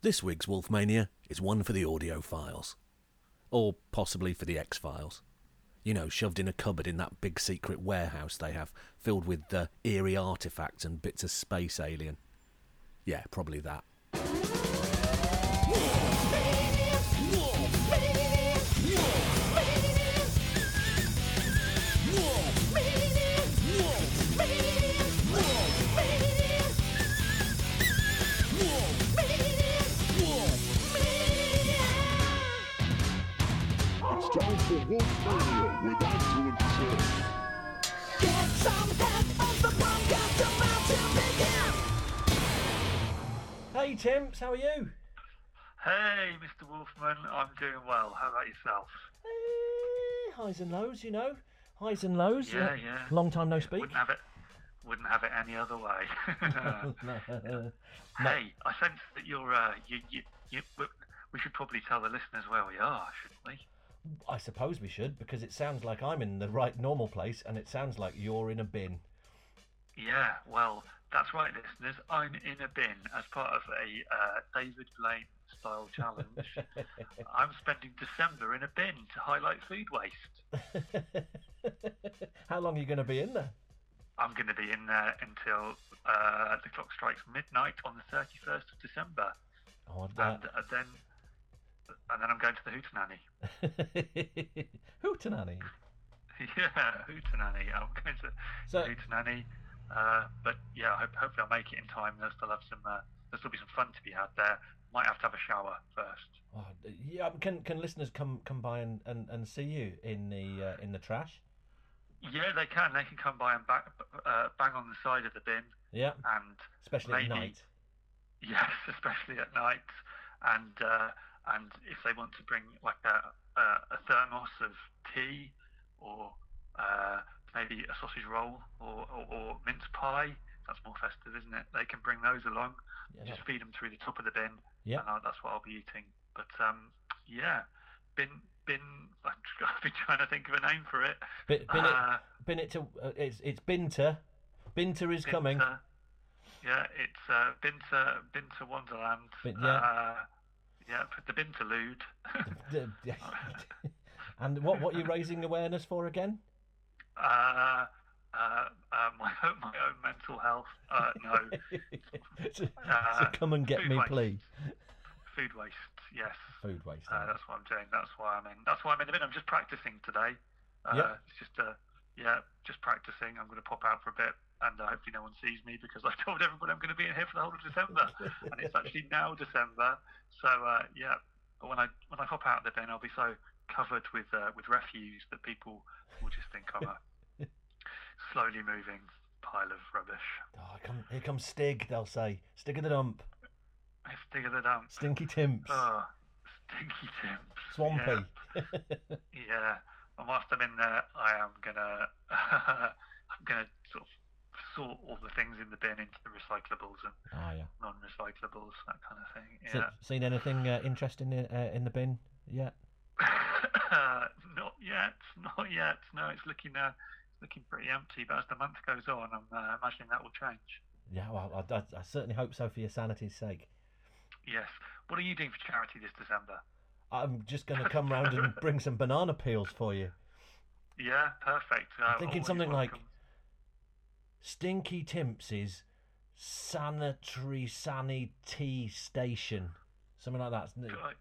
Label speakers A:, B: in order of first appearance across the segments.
A: This week's Wolfmania is one for the audio files. Or possibly for the X Files. You know, shoved in a cupboard in that big secret warehouse they have, filled with the eerie artifacts and bits of space alien. Yeah, probably that.
B: It's time for Wolfmania with Andrew and Tim.
C: Get some head of the podcast about to begin.
A: Hey, Timps, how are you?
D: Hey, Mr. Wolfman, I'm doing well. How about yourself?
A: Eh, highs and lows, you know. Highs and lows.
D: Yeah, yeah.
A: Long time no speak.
D: Wouldn't have it. Wouldn't have it any other way. uh, Hey, I sense that you're. Uh, you, you, you, we- we should probably tell the listeners where we are, shouldn't we?
A: I suppose we should, because it sounds like I'm in the right normal place and it sounds like you're in a bin.
D: Yeah. Well, that's right, listeners. I'm in a bin as part of a uh, David Blaine style challenge. I'm spending December in a bin to highlight food waste.
A: How long are you going to be in there?
D: I'm going to be in there until uh, the clock strikes midnight on the 31st of December.
A: Oh,
D: and
A: that.
D: uh, then and then I'm going to the Hootenanny.
A: Hootenanny.
D: yeah, Hootenanny. I'm going to
A: So-
D: Hootenanny. Uh, but yeah, I hope, hopefully I'll make it in time. There'll still have some. Uh, there'll still be some fun to be had there. Might have to have a shower first.
A: Oh, yeah, can can listeners come come by and, and, and see you in the uh, in the trash?
D: Yeah, they can. They can come by and back, uh, bang on the side of the bin,
A: Yeah,
D: and
A: especially
D: Maybe.
A: at night.
D: yes, especially at night. And uh, and if they want to bring like a a, a thermos of tea, or uh, maybe a sausage roll, or, or, or mince pie. That's more festive, isn't it? They can bring those along.
A: Yeah,
D: Just
A: that-
D: feed them through the top of the bin,
A: Yeah.
D: and I, that's what I'll be eating. But um, yeah, bin bin. I've been trying to think of a name for it.
A: Bin, bin
D: Uh,
A: it, bin it to uh, it's it's Binter. Binter is coming.
D: Binta. Yeah, it's uh, Binta Binta Wonderland.
A: Bin- yeah.
D: Uh, yeah, but the Binterlude.
A: The- and what what are you raising awareness for again?
D: uh, uh, uh, my own, my own mental health. Uh, no,
A: so, so
D: Uh,
A: come and get
D: food
A: me,
D: waste.
A: please.
D: food waste. Yes,
A: Food waste. eh?
D: uh, that's what I'm doing. That's why I'm in. That's why I'm in the bin. I'm just practicing today. Uh,
A: Yeah.
D: It's just uh, yeah, just practicing. I'm going to pop out for a bit. And uh, hopefully no one sees me because I told everybody I'm going to be in here for the whole of December, and it's actually now December. So uh, yeah, but when I when I hop out of the bin, I'll be so covered with uh, with refuse that people will just think I'm a slowly moving pile of rubbish.
A: Oh, come, here comes Stig. They'll say Stig of the dump,
D: Stick of the dump.
A: Stinky Timps,
D: Oh, um, stinky Timps.
A: Swampy.
D: Yeah, yeah. And whilst I'm in there, uh, I am gonna, I'm gonna sort of sort all the things in the bin into the recyclables and
A: Oh yeah.
D: non-recyclables, that kind of thing.
A: Se-
D: Yeah.
A: seen anything uh, interesting in, uh, in the bin yet?
D: not yet, not yet. No, it's looking, uh, it's looking pretty empty. But as the month goes on, I'm uh, imagining that will change.
A: Yeah, well, I, I, I certainly hope so for your sanity's sake.
D: Yes. What are you doing for charity this December?
A: I'm just going to come round and bring some banana peels for you.
D: Yeah, perfect. Uh,
A: thinking
D: always
A: something like-
D: welcome.
A: Stinky Timps's sanitary sanity station, something like that. It's
D: Like-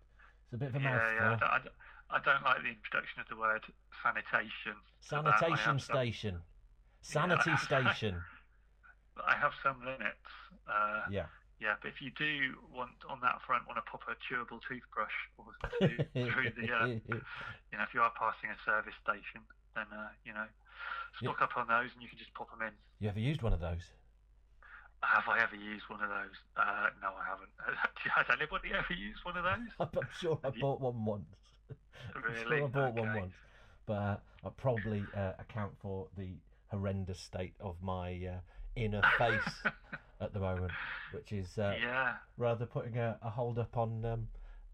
A: a bit of a
D: Yeah,
A: mouthful.
D: yeah. I don't, I don't- I don't like the introduction of the word sanitation. So that I have
A: Sanitation
D: some-
A: station, sanity
D: Yeah.
A: station.
D: I have some limits. Uh, yeah.
A: Yeah.
D: but if you do want on that front, want to pop a chewable toothbrush or through, through the, uh, you know, if you are passing a service station, then uh, you know,
A: Yeah.
D: stock up on those, and you can just pop them in.
A: you ever used one of those?
D: Have I ever used one of those? Uh, no, I haven't. Has anybody ever used one of those?
A: I'm sure I
D: Have you-
A: bought one once. I'm
D: Really?
A: sure I bought one
D: Okay.
A: once, but uh, I probably uh, account for the horrendous state of my uh, inner face at the moment, which is uh,
D: Yeah.
A: rather putting a, a hold up on um,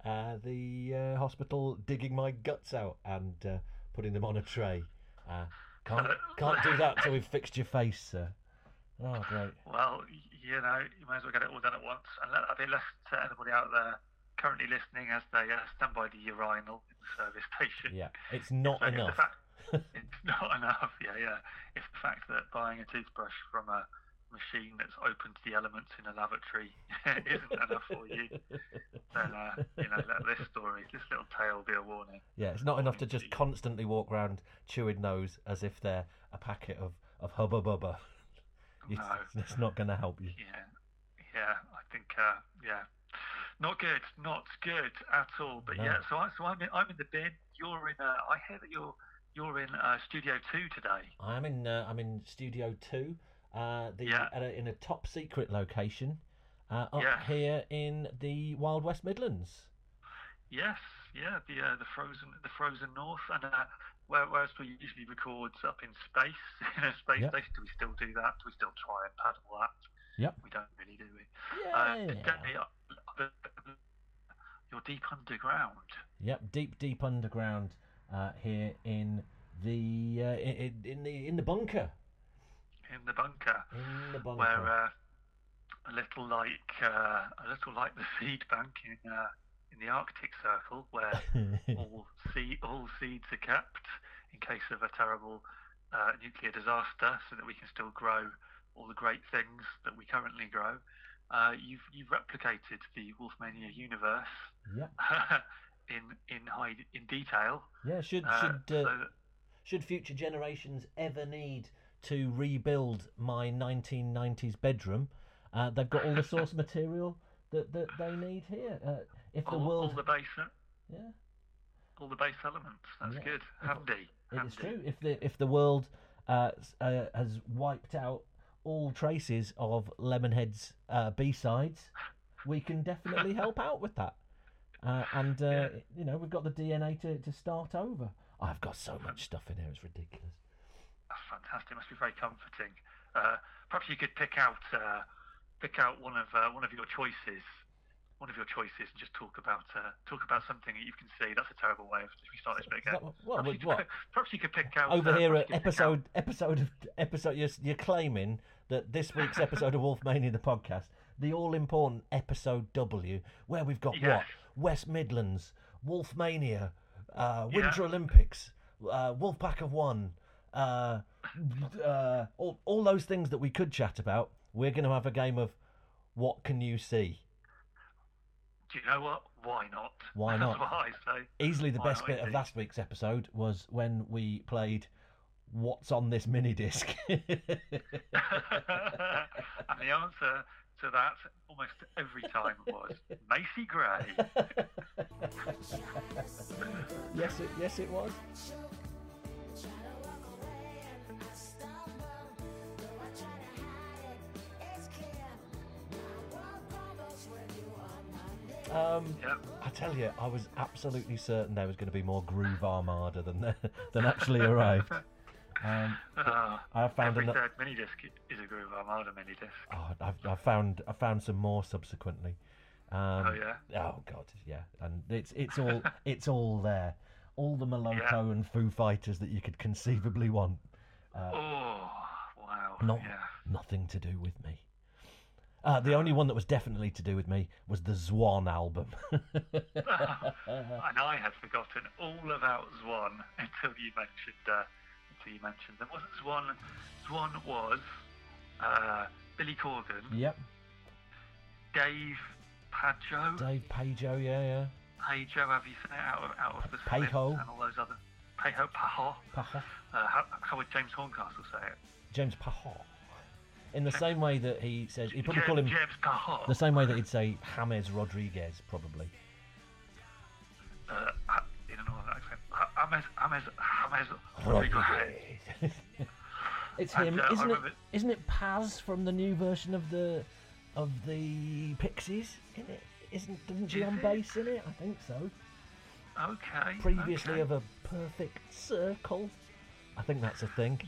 A: uh, the uh, hospital digging my guts out and uh, putting them on a tray. Uh, can't can't do that till we've fixed your face, sir. Oh great.
D: Well, y- you know, you might as well get it all done at once. And let that be a lesson to anybody out there currently listening as they uh, stand by the urinal in the service station.
A: Yeah, it's not
D: But
A: enough.
D: It's, the fact, it's not enough. Yeah, yeah. It's the fact that buying a toothbrush from a machine that's open to the elements in a lavatory isn't enough for you. Then, uh, you know, let this story, this little tale, be a warning.
A: Yeah, it's not enough to just constantly walk around chewing nose as if they're a packet of, of hubba bubba. It's,
D: No.
A: it's not going to help you.
D: Yeah, yeah. I think, uh, yeah, not good, not good at all. But
A: No.
D: yeah, so I, so I'm in, I'm in the bin. You're in. Uh, I hear that you're you're in uh, Studio Two today.
A: I'm in. Uh, I'm in Studio Two. Uh, the
D: Yeah.
A: at a, in a top secret location, uh, up
D: Yeah.
A: here in the Wild West Midlands.
D: Yes, yeah, the uh, the frozen the frozen north, and uh, where, whereas we usually record up in space in a space
A: Yeah.
D: station, do we still do that? Do we still try and paddle that?
A: Yep.
D: We don't really, do we? Uh,
A: Yeah.
D: today, uh, you're deep underground.
A: Yep. Deep, deep underground uh, here in the uh, in, in the in the bunker.
D: in the bunker,
A: In the bunker.
D: where uh, a little like uh, a little like the seed bank in uh, in the Arctic Circle, where all seed all seeds are kept in case of a terrible uh, nuclear disaster, so that we can still grow all the great things that we currently grow. Uh, you've you've replicated the Wolfmania universe
A: yep.
D: in in high in detail.
A: Yeah. Should
D: Uh,
A: should uh,
D: so that-
A: should future generations ever need to rebuild my 1990s bedroom, uh, they've got all the source material that, that they need here. Uh, if the
D: all,
A: world,
D: all the base
A: yeah,
D: all the base elements. That's
A: Yeah.
D: good. Handy.
A: it is
D: handy.
A: true. If the if the world uh, s- uh, has wiped out all traces of Lemonhead's uh, B sides, we can definitely help out with that. Uh, and uh,
D: Yeah.
A: you know we've got the DNA to, to start over. I've got so much stuff in here; it's ridiculous.
D: That's Oh, fantastic. Must be very comforting. Uh, perhaps you could pick out uh, pick out one of uh, one of your choices, one of your choices, and just talk about uh, talk about something that you can see. That's a terrible way of if we start this
A: Is
D: bit
A: that
D: again.
A: what- what-
D: perhaps, you
A: what?
D: could, perhaps you could pick out
A: over
D: uh,
A: here at
D: perhaps you could pick out-
A: episode episode of episode you're, you're claiming that this week's episode of Wolfmania the podcast the all important episode W where we've got
D: Yes.
A: what West Midlands Wolfmania uh, Winter
D: Yeah.
A: Olympics uh, Wolfpack of One uh, uh, all all those things that we could chat about we're going to have a game of what can you see
D: Do you know what? Why not?
A: Why not?
D: That's what I say.
A: easily the
D: Why
A: best
D: not,
A: bit of
D: indeed?
A: last week's episode was when we played what's on this mini disc
D: and the answer to that almost every time was Macy Gray.
A: Yes, it, yes, it was. Um,
D: Yep.
A: I tell you, I was absolutely certain there was going to be more Groove Armada than than actually arrived. Um,
D: Ah,
A: I found
D: every
A: another.
D: third mini disc is a Groove Armada mini disc.
A: Oh, I've, I found I found some more subsequently. Um,
D: Oh yeah.
A: Oh God, yeah, and it's it's all it's all there, all the Maloko
D: Yeah.
A: and Foo Fighters that you could conceivably want.
D: Oh wow.
A: Not
D: Yeah.
A: nothing to do with me. Uh, the only one that was definitely to do with me was the Zwan album.
D: and I had forgotten all about Zwan until you mentioned uh, until you mentioned them. Wasn't Zwan? Zwan was uh, Billy Corgan,
A: yep,
D: Dave Pajo,
A: Dave Pajo, yeah, yeah.
D: Pajo, have you said it out of out of the Smiths
A: Pajo.
D: and all those other Pajo Pajo.
A: Pajo.
D: Uh, how, how would James Horncastle say it?
A: James Pajo. In the same way that he says, he'd probably
D: James,
A: call him
D: James Pajo.
A: the same way that he'd say James Rodriguez, probably.
D: uh, ha- in an northern accent. Ha- James James James Rodriguez.
A: it's
D: And,
A: him,
D: uh, I
A: isn't it?
D: remember-
A: Isn't it Paz from the new version of the of the Pixies? Isn't it? Isn't doesn't she
D: Is
A: on
D: it?
A: bass in it? I think so.
D: Okay.
A: Previously
D: okay.
A: of a perfect circle. I think that's a thing.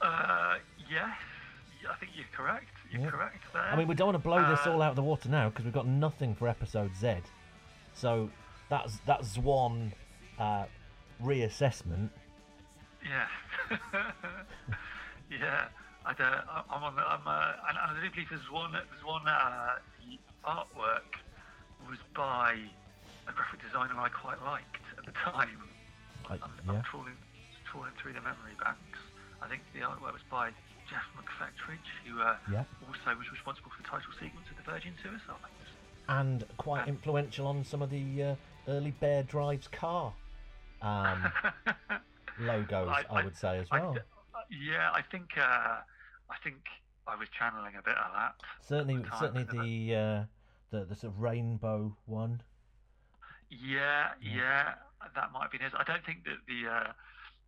D: Uh, yes, I think you're correct. You're
A: Yeah.
D: correct there.
A: I mean, we don't want to blow this
D: Uh,
A: all out of the water now because we've got nothing for episode Z. So that's that's one uh, reassessment.
D: Yeah. yeah. I don't, I'm on. the- I'm. Uh, and I do believe there's one. There's one. Uh, the artwork was by a graphic designer I quite liked at the time.
A: I,
D: I'm,
A: yeah.
D: I'm trawling, trawling through the memory banks. I think the artwork was by Jeff McFettridge, who uh,
A: Yeah.
D: also was responsible for the title sequence of The Virgin Suicides.
A: and quite influential on some of the uh, early Bear Drives car um, logos, I,
D: I- I-
A: would say as
D: I
A: well.
D: d- uh, yeah, I think. Uh, I think I was channeling a bit of that.
A: certainly,
D: can't
A: certainly
D: remember.
A: the, uh, the the sort of rainbow one.
D: Yeah, yeah, that might have been his. I don't think that the uh,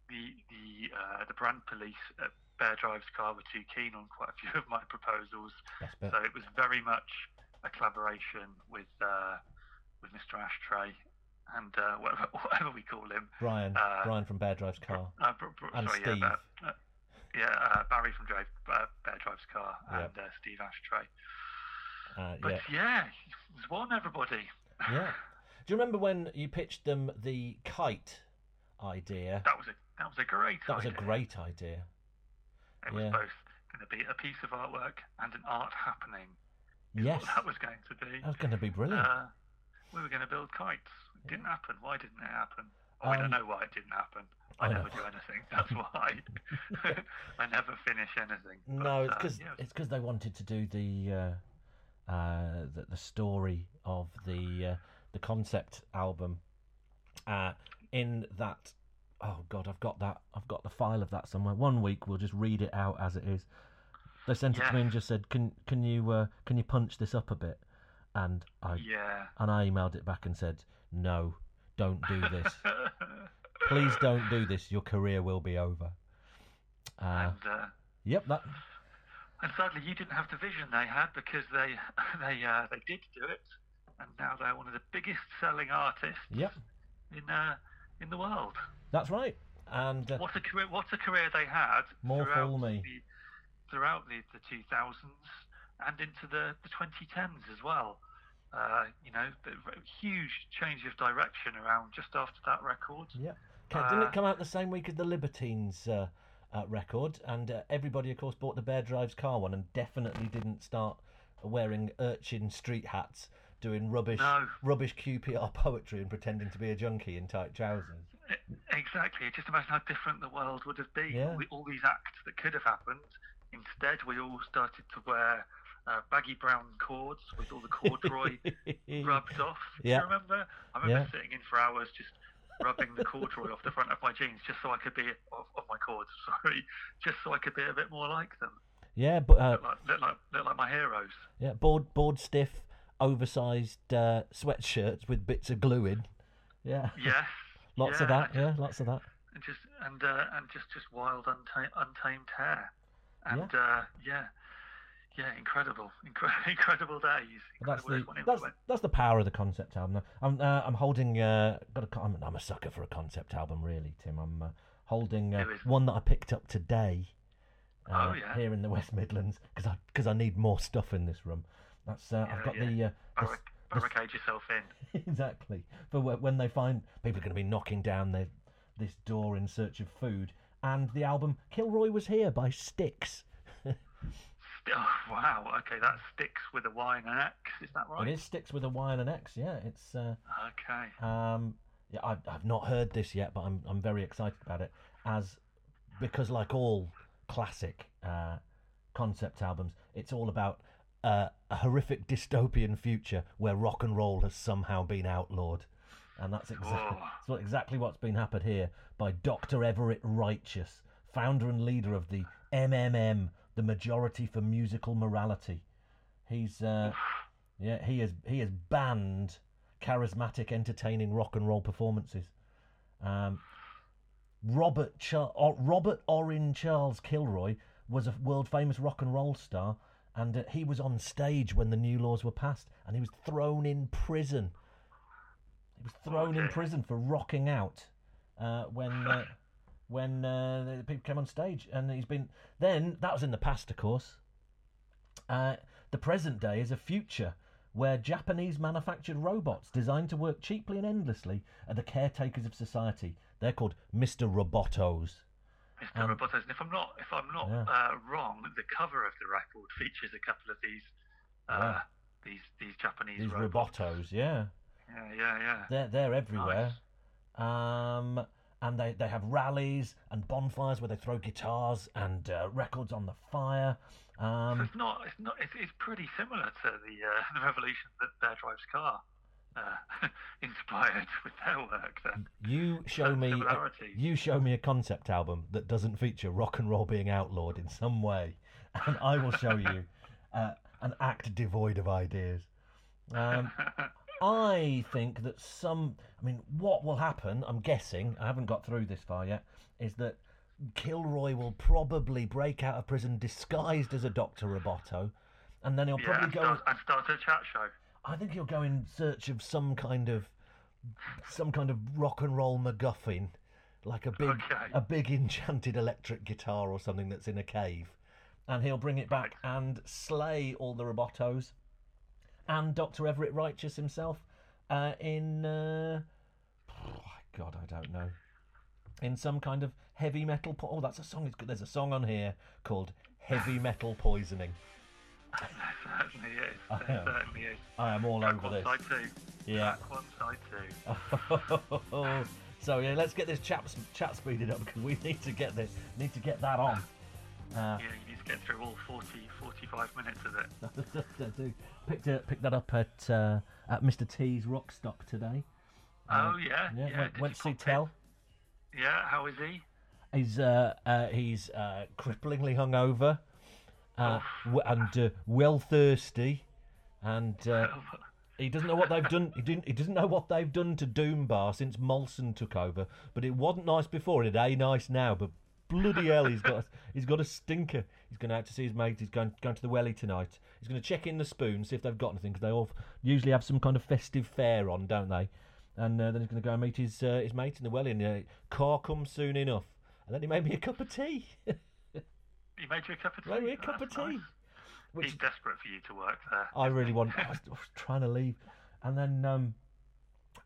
D: the the uh, the brand police at Bear Drive's car were too keen on quite a few of my proposals,
A: Best bit.
D: so it was very much a collaboration with uh, with Mr. Ashtray and uh, whatever, whatever we call him.
A: Brian,
D: uh,
A: Brian from Bear Drives car.
D: Uh, br- br-
A: And
D: sorry,
A: Steve.
D: Yeah, Bar- uh, yeah uh, Barry from Drive, uh, Bear Drive's car
A: Yeah.
D: and uh, Steve Ashtray.
A: Uh,
D: But
A: yeah,
D: yeah, there's one everybody.
A: yeah. Do you remember when you pitched them the kite idea?
D: That was a that was a great.
A: That was a
D: idea.
A: great idea.
D: It was
A: Yeah.
D: both going to be a piece of artwork and an art happening. is
A: Yes,
D: What that was going to be.
A: that was going to be brilliant.
D: Uh, we were going to build kites. It didn't happen. Why didn't it happen? Oh,
A: Um,
D: I
A: oh,
D: don't know why it didn't happen. I,
A: I
D: never
A: know.
D: do anything. That's why. I never finish anything. But,
A: No, it's
D: uh,
A: because
D: yeah, it was-
A: it's because they wanted to do the uh, uh, the, the story of the uh, the concept album. Uh, in that, oh god, I've got that. I've got the file of that somewhere. One week we'll just read it out as it is. They sent it to me and just said, "Can can you uh, can you punch this up a bit?" And I
D: yeah.
A: and I emailed it back and said, "No, don't do this. Uh. Please don't do this. Your career will be over." Uh,
D: and, uh,
A: yep, that
D: and sadly, you didn't have the vision they had because they they uh, they did do it, and now they're one of the biggest selling artists
A: yep,
D: in uh, in the world.
A: that's right. And uh,
D: What a career! What a career they had
A: More
D: throughout
A: fool me.
D: the throughout the, the 2000s and into the, the 2010s as well. Uh, you know, the r- huge change of direction around just after that record.
A: Yeah. Ca- didn't
D: Uh,
A: it come out the same week as the Libertines uh, uh, record? And uh, everybody, of course, bought the Bear Drives car one and definitely didn't start wearing urchin street hats, doing rubbish,
D: No.
A: rubbish QPR poetry and pretending to be a junkie in tight trousers.
D: Exactly. Just imagine how different the world would have been.
A: Yeah.
D: We, all these acts that could have happened. Instead, we all started to wear uh, baggy brown cords with all the corduroy rubbed off.
A: Yeah.
D: Do you remember? I remember
A: Yeah.
D: sitting in for hours just rubbing the corduroy off the front of my jeans just so I could be of, of my cords, sorry, just so I could be a bit more like them.
A: Yeah, but uh,
D: Look like, look like, look like my heroes.
A: yeah, board board stiff, oversized uh, sweatshirts with bits of glue in. Yeah,
D: Yes.
A: lots of
D: yeah,
A: that. Yeah, lots of that.
D: And just and uh, and just just wild unta- untamed hair. And uh, yeah. Yeah, incredible, Incre- incredible days.
A: Well, That's
D: Incredible
A: the
D: everyone
A: that's,
D: influen-
A: that's the power of the concept album. I'm uh, I'm holding uh, got a co- I'm, I'm a sucker for a concept album, really, Tim. I'm uh, holding uh,
D: Who isn't?
A: one that I picked up today. Uh,
D: Oh, yeah.
A: Here in the West Midlands, because I because I need more stuff in this room. That's uh, I've
D: Yeah,
A: got
D: yeah.
A: the, uh, the s-
D: Barric- barricade yourself in.
A: exactly for wh- when they find people are going to be knocking down their this door in search of food. And the album Kilroy was here by Styx.
D: St- Oh, wow. Okay, that sticks with a Y and an X. Is that right?
A: It is Styx with a Y and an X. Yeah, it's. Uh,
D: Okay.
A: Um, yeah, I've, I've not heard this yet, but I'm I'm very excited about it. As because like all classic uh, concept albums, it's all about uh, a horrific dystopian future where rock and roll has somehow been outlawed, and that's exactly
D: Whoa.
A: that's what- exactly what's been happened here by Dr. Everett Righteous, founder and leader of the MMM, the Majority for Musical Morality. He's uh, yeah, he has he has banned charismatic, entertaining rock and roll performances. Um, Robert Char- or Robert Orrin Charles Kilroy was a world famous rock and roll star, and uh, he was on stage when the new laws were passed, and he was thrown in prison. He was thrown in
D: Okay.
A: prison for rocking out uh, when uh, when uh, the people came on stage, and he's been. Then that was in the past, of course. Uh, the present day is a future where Japanese manufactured robots designed to work cheaply and endlessly are the caretakers of society. They're called Mr. Robotos.
D: Mr.
A: Um,
D: Robotos. And if I'm not, if I'm not
A: Yeah.
D: uh, wrong, the cover of the record features a couple of these, uh,
A: Yeah.
D: these these Japanese
A: These
D: robots.
A: robotos, yeah.
D: Yeah, yeah, yeah.
A: They're they're everywhere. Um, and they, they have rallies and bonfires where they throw guitars and uh, records on the fire.
D: So
A: Um,
D: it's not, it's not, it's, it's pretty similar to the uh, the revolution that Bear Drive's car uh, inspired with their work. Then
A: you show me a,
D: similarities.
A: you show me a concept album that doesn't feature rock and roll being outlawed in some way, and I will show you uh, an act devoid of ideas. Um, I think that some. I mean, what will happen? I'm guessing. I haven't got through this far yet. Is that Kilroy will probably break out of prison disguised as a Doctor Roboto, and then he'll
D: yeah,
A: probably
D: and
A: go.
D: start, and start a chat show.
A: I think he'll go in search of some kind of some kind of rock and roll MacGuffin, like a big
D: Okay.
A: a big enchanted electric guitar or something that's in a cave, and he'll bring it back and slay all the Robotos, and Doctor Everett Righteous himself, uh, in uh, God I don't know, in some kind of heavy metal. Po- oh, that's a song. It's good. There's a song on here called Heavy Metal Poisoning.
D: That certainly is. That
A: am.
D: certainly is.
A: I am all
D: Track
A: over
D: one,
A: this.
D: side two.
A: Yeah.
D: Track one, side two.
A: so yeah, let's get this chat chat speeded up because we need to get this need to get that on. Uh-huh.
D: Yeah, you need to get through all 40, 45 minutes of it.
A: picked it, picked that up at uh, at Mr T's Rockstock today.
D: Oh yeah,
A: Yeah,
D: yeah.
A: went,
D: did
A: went
D: you
A: to see
D: pop in?
A: Tell.
D: Yeah, how is he?
A: He's uh, uh, he's uh, cripplingly hungover, uh, w- and uh, well thirsty, and uh, he doesn't know what they've done. He didn't. He doesn't know what they've done to Doombar since Molson took over. But it wasn't nice before. It ain't nice now. But bloody hell, he's got he's got a stinker. He's going out to see his mates. He's going going to the welly tonight. He's going to check in the spoon, see if they've got anything because they all f- usually have some kind of festive fare on, don't they? And uh, then he's going to go and meet his uh, his mate in the welly. And uh, car comes soon enough. And then he made me a cup of tea.
D: He made you a cup of tea.
A: made me a
D: Oh,
A: cup of
D: that's
A: tea.
D: nice.
A: Which
D: He's desperate for you to work there.
A: I really want. I was, I was trying to leave, and then um,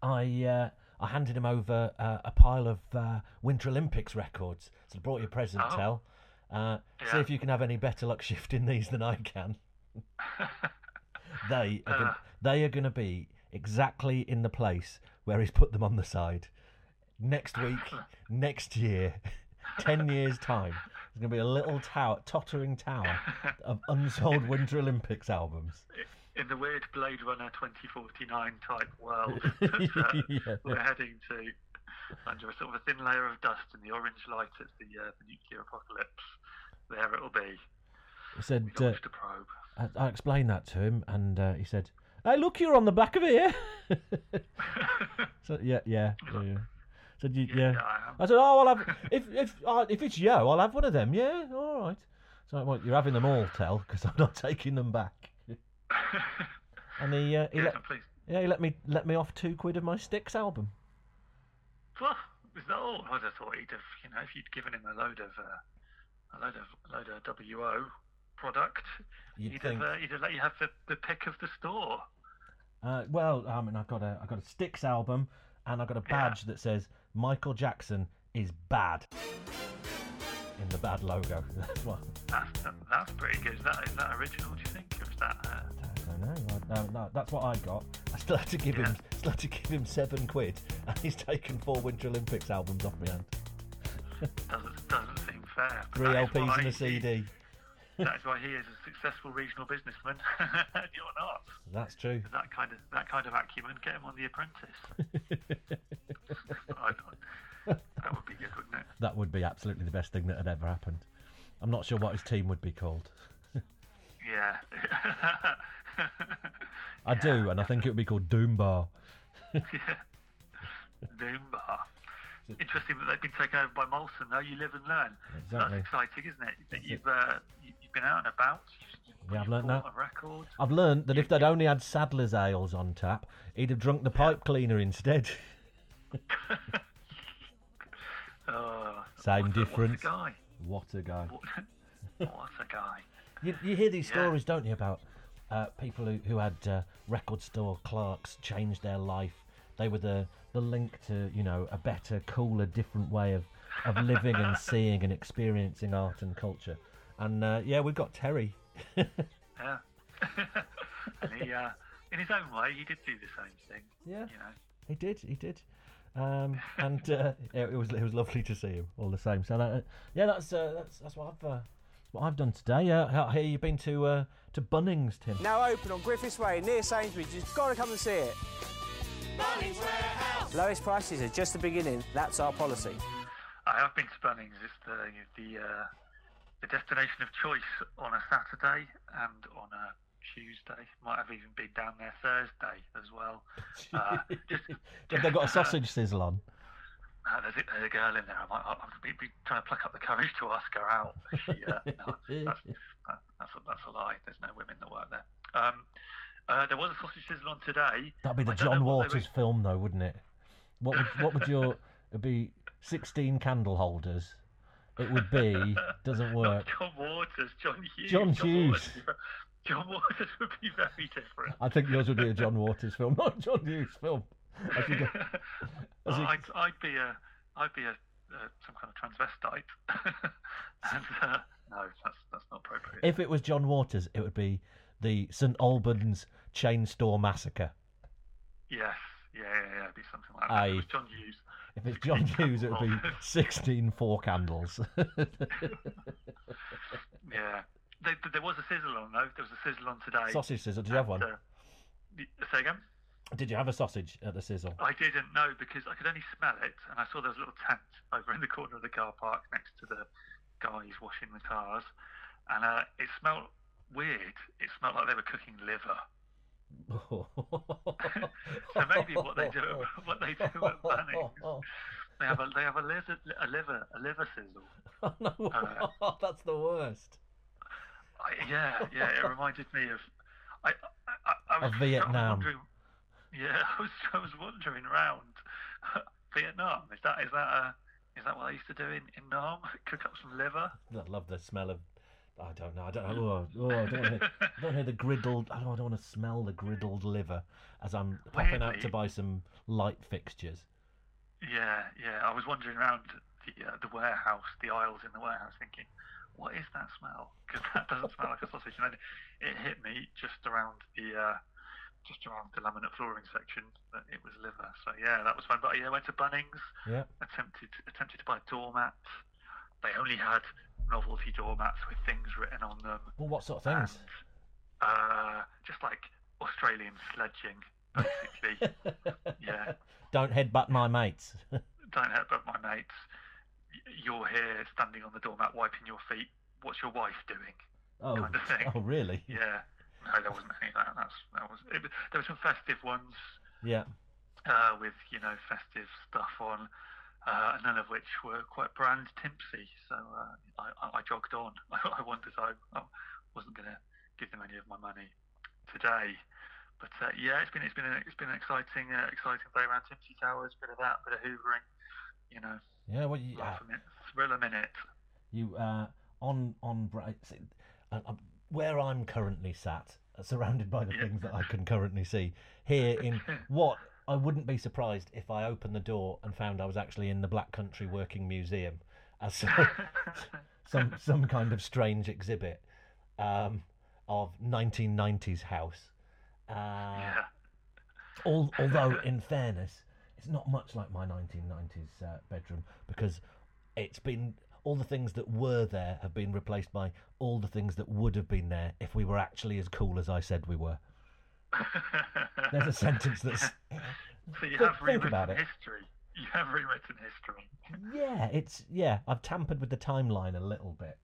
A: I uh, I handed him over uh, a pile of uh, Winter Olympics records. So I brought you a present,
D: Oh.
A: Tel. Uh, See
D: Yeah.
A: if you can have any better luck shifting these than I can. they are gonna, they are going to be exactly in the place where he's put them on the side. Next week, next year, ten years time, there's going to be a little tower, tottering tower of unsold Winter Olympics albums.
D: In the weird Blade Runner 2049 type world
A: Yeah.
D: that uh, we're heading to, under a sort of a thin layer of dust and the orange light at the, uh, the nuclear apocalypse, there it'll be.
A: I said,
D: We
A: uh,
D: launched a probe.
A: I, I explained that to him, and uh, he said, "Hey, look, you're on the back of here." so yeah, yeah, yeah. yeah. Said you, yeah.
D: yeah, I am.
A: I said, "Oh, I'll have if if uh, if it's you, I'll have one of them." Yeah, all right. So well, you're having them all, tell, because I'm not taking them back. and he uh, he
D: Yes,
A: let
D: I'm pleased.
A: yeah he let me let me off two quid of my Sticks album.
D: Well, is that all? I'd have thought he'd have, you know, if you'd given him a load of uh, a load of a load of WO product,
A: You'd
D: he'd
A: think.
D: have uh, he'd have let you have the, the pick of the store.
A: Uh, well, I mean, I got a I got a Sticks album, and I got a badge that says Michael Jackson is bad in the bad logo. That's what.
D: That's that's pretty good. Is that is that original? Do you think? Or is that? Uh,
A: I don't know. I- No, no, that's what I got. I still had to give him still had to give him seven quid, and he's taken four Winter Olympics albums off my hand.
D: doesn't doesn't seem fair. but
A: Three
D: that is
A: LPs
D: why
A: and a
D: he-
A: CD.
D: That is why he is a successful regional businessman. and You're not.
A: That's true.
D: That kind of that kind of acumen. Get him on The Apprentice. I, that would be good, wouldn't it?
A: That would be absolutely the best thing that had ever happened. I'm not sure what his team would be called.
D: Yeah.
A: I do, and I think it would be called Doombar.
D: Doombar. Interesting that they've been taken over by Molson. Now you live and learn.
A: Exactly.
D: That's exciting, isn't it? That you've uh, you- you've been out and about. You've,
A: Yeah, I've
D: you've
A: learnt that.
D: bought A record.
A: I've learned that if they'd only had Sadler's ales on tap, he'd have drunk the pipe cleaner instead.
D: Oh,
A: Same
D: what a-
A: difference.
D: What
A: What
D: a guy.
A: a guy.
D: What, what a guy.
A: You, you hear these
D: Yeah.
A: stories, don't you, about uh, people who, who had uh, record store clerks change their life They were the, the link to, you know, a better, cooler, different way of, of living and seeing and experiencing art and culture. And uh, yeah, we've got Terry.
D: Yeah. and he, uh, in his own way, he did do the same thing.
A: Yeah.
D: You know.
A: He did. He did. Um, and uh, yeah, it was it was lovely to see him all the same. So that, yeah, that's uh, that's that's what I've uh, that's what I've done today. Uh, out here you've been to uh, to Bunnings, Tim.
E: Now open on Griffiths Way near Sainsbury's. You've got to come and see it. Lowest prices are just the beginning. That's our policy.
D: I have been to Bunnings. It's the the uh, the destination of choice on a Saturday and on a Tuesday. Might have even been down there Thursday as well. Uh, just,
A: Have they got a sausage sizzle on?
D: Uh, there's, a, there's a girl in there. I might, I'm be, be trying to pluck up the courage to ask her out. She, uh, no, that's, that, that's, a, that's a lie. There's no women that work there. Um, uh, there was a sausage sizzle on today.
A: That'd be the
D: I don't know
A: John
D: what they
A: Waters film, though, wouldn't it? What would what would your it'd be sixteen candle holders? It would be doesn't
D: were-
A: work.
D: John Waters, John Hughes.
A: John
D: Waters
A: Hughes.
D: would be- John Waters would be very different.
A: I think yours would be a John Waters film, not a John Hughes film. As you go- as you-
D: I'd, I'd be a, I'd be a, uh, some kind of transvestite. and, uh, no, that's that's not appropriate.
A: If it was John Waters, it would be the St Albans chain store massacre.
D: Yes, yeah, yeah, yeah, it'd be something like that.
A: Aye.
D: It was John Hughes.
A: If it's John Hughes, it would be 16 four candles.
D: Yeah. There, there was a sizzle on though. There was a sizzle on today.
A: sausage sizzle. Did you have one?
D: Uh, y- say again? uh,
A: Did you have a sausage at the sizzle?
D: I didn't know because I could only smell it, and I saw there was a little tent over in the corner of the car park next to the guys washing the cars, and uh, it smelled weird. It smelled like they were cooking liver. So maybe what they do, at- what they do at Bunnings, they have a they have a liver a liver a liver sizzle.
A: Oh, no. That's the worst.
D: I, yeah, yeah, it reminded me of I, I, I
A: Of
D: was I was
A: Vietnam.
D: wondering- Yeah, I was I was wandering around Vietnam. Is that is that a is that what I used to do in, in Nam? Cook up some liver?
A: I love the smell of. I don't know. I don't know. Oh, oh, I, don't wanna- I don't hear the griddled. I don't, I don't want to smell the griddled liver as I'm popping out to
D: Weirdly-
A: buy some light fixtures.
D: Yeah, yeah. I was wandering around the uh, the warehouse, the aisles in the warehouse, thinking, what is that smell? Because that doesn't smell like a sausage. And then it hit me just around the uh, just around the laminate flooring section that it was liver. So yeah, that was fun. But yeah, I went to Bunnings.
A: Yeah.
D: attempted attempted to buy doormats. They only had novelty doormats with things written on them.
A: Well, what sort of things?
D: Uh, just like Australian sledging, basically. yeah,
A: Don't headbutt my mates.
D: don't hurt but my mates. Y- You're here standing on the doormat, wiping your feet. What's your wife doing?
A: Oh,
D: Kind of thing.
A: oh really?
D: Yeah. No, there wasn't any of that. That's that was. It, there were some festive ones
A: Yeah.
D: uh, with you know festive stuff on, uh, none of which were quite brand timpsy. So uh, I, I, I jogged on. I, wandered home. I wasn't going to give them any of my money today. But uh, yeah, it's been it's been an, it's been an exciting uh, exciting day around Timpsy Towers. Bit of that, bit of hoovering. You know,
A: Yeah. Well, you, uh,
D: laugh a minute, thrill a minute.
A: you uh, on on bright. see, uh, uh, where I'm currently sat, uh, surrounded by the things that I can currently see here in what I wouldn't be surprised if I opened the door and found I was actually in the Black Country Working Museum as some some, some kind of strange exhibit um, of 1990s house. Uh,
D: Yeah,
A: Al- although, in fairness, it's not much like my 1990s uh, bedroom because it's been all the things that were there have been replaced by all the things that would have been there if we were actually as cool as I said we were. There's a sentence that's
D: so you
A: Think-
D: have
A: think
D: rewritten
A: about it.
D: history. You have rewritten history.
A: yeah, it's yeah. I've tampered with the timeline a little bit.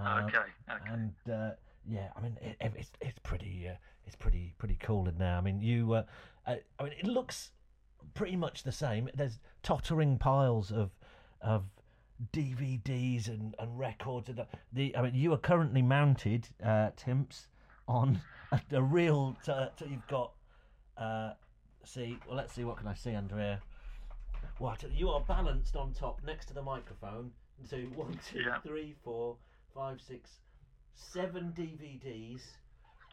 A: Uh,
D: okay, okay.
A: and uh, yeah, I mean it, it- it's it's pretty uh, it's pretty pretty cool in there. I mean you, uh, uh, I mean it looks pretty much the same. There's tottering piles of of DVDs and, and records. And the, the I mean you are currently mounted, uh, Timps, on a, a real. T- t- you've got. Uh, see, well, let's see what can I see under here. What you are balanced on top next to the microphone to one, two,
D: Yeah.
A: three, four, five, six, seven DVDs,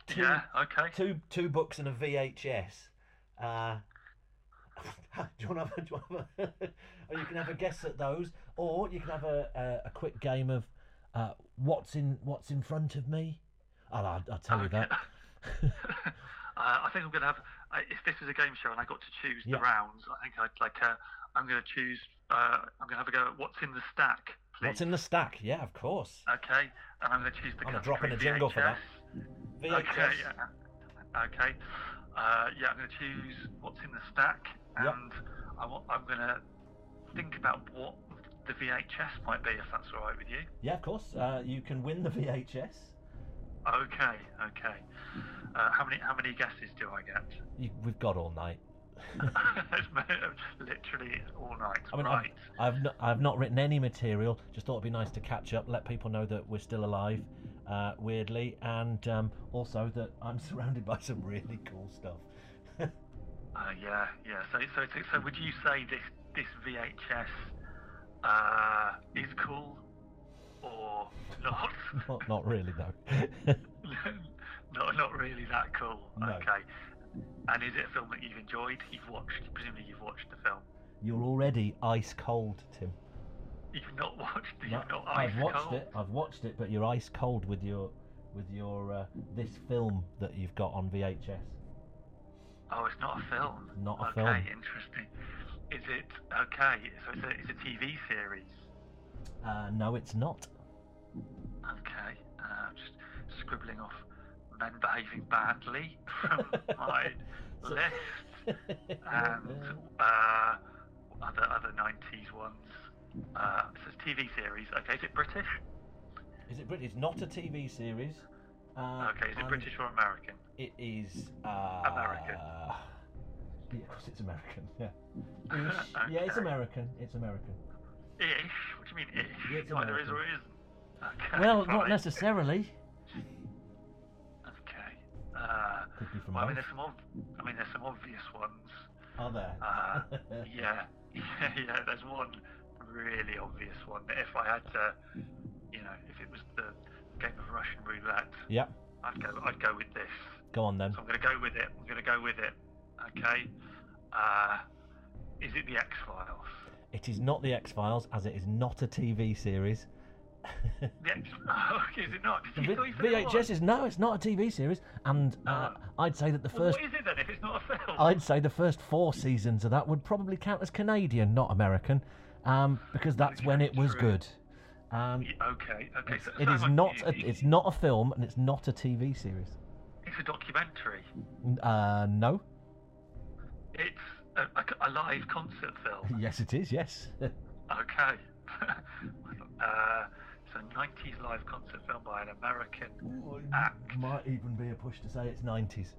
A: two,
D: yeah, okay.
A: two, two books and a VHS. Uh, you want to have a, do you want to have a or you can have a guess at those, or you can have a a, a quick game of uh, what's in what's in front of me. I'll, I'll, I'll tell you that.
D: Uh, I think I'm going to have. Uh, if this was a game show and I got to choose the
A: Yeah.
D: rounds, I think I'd like. Uh, I'm going to choose. Uh, I'm going to have a go at what's in the stack, please.
A: What's in the stack? Yeah, of course.
D: Okay, and I'm going to choose the.
A: I'm gonna
D: country
A: drop in a jingle for that.
D: VHS. Okay.
A: VHS.
D: Yeah. Okay. Uh, yeah, I'm going to choose what's in the stack, and
A: Yep.
D: I want, I'm going to think about what the VHS might be, if that's all right with you.
A: Yeah, of course. Uh, you can win the VHS.
D: Okay. Okay. Uh, how many how many guesses do I get?
A: You, we've got all night.
D: It's Literally all night.
A: I mean,
D: right.
A: I've, I've, not, I've not written any material. Just thought it'd be nice to catch up, let people know that we're still alive, uh, weirdly, and um, also that I'm surrounded by some really cool stuff.
D: Uh, yeah, yeah. So, so, so, so would you say this this VHS uh, is cool or not?
A: not, not really, though.
D: not, not really that cool.
A: No.
D: Okay. And is it a film that you've enjoyed? You've watched? Presumably, you've watched the film.
A: You're already ice cold, Tim.
D: You've not watched. You've
A: No,
D: not oh,
A: I've
D: ice
A: watched
D: cold?
A: it. I've watched it, but you're ice cold with your with your uh, this film that you've got on VHS.
D: Oh, it's not a film.
A: Not a
D: okay,
A: film.
D: interesting. Is it okay? So it's a, it's a TV series.
A: Uh, no, it's not.
D: Okay, uh, I'm just scribbling off men behaving badly from my
A: So-
D: list and uh, other other 90s ones. Uh, it says TV series. Okay, is it British?
A: Is it British? It's not a TV series. Uh,
D: Okay, is it
A: and
D: British or American?
A: It is. Uh,
D: American.
A: Yeah, of course it's American. Yeah. Ish. Yeah, it's
D: Okay.
A: American. It's American.
D: Ish? What do you mean ish?
A: Yeah, it's
D: It either is
A: American.
D: or isn't. Okay,
A: Well, not
D: fine.
A: necessarily.
D: Okay. Uh,
A: Could be from
D: well, I mean,
A: both.
D: there's some ob- I mean, there's some obvious ones.
A: Are there?
D: Uh, yeah, yeah. There's one really obvious one that if I had to, you know, if it was the game of Russian roulette,
A: Yep.
D: I'd go. I'd go with this.
A: Go on then.
D: So I'm going to go with it. I'm going to go with it. Okay. Uh, is it the X Files?
A: It is not the X Files, as it is not a TV series.
D: The X. Oh, is it not?
A: The
D: Did
A: V-
D: you thought you said it was?
A: VHS is no, it's not a TV series, and uh, I'd say that the
D: Well,
A: first,
D: what is it then? If it's not a film.
A: I'd say the first four seasons of that would probably count as Canadian, not American, um, because that's when it was
D: True.
A: good. Um,
D: Y- Okay. Okay. so
A: it
D: sounds
A: is
D: like
A: not,
D: you-
A: a,
D: you-
A: it's not a film, and it's not a TV series.
D: It's a documentary.
A: N- Uh, no.
D: It's a, a, a live concert film.
A: Yes, it is. Yes.
D: Okay. uh, so 90s live concert film by an American. Act.
A: Might even be a push to say it's nineties.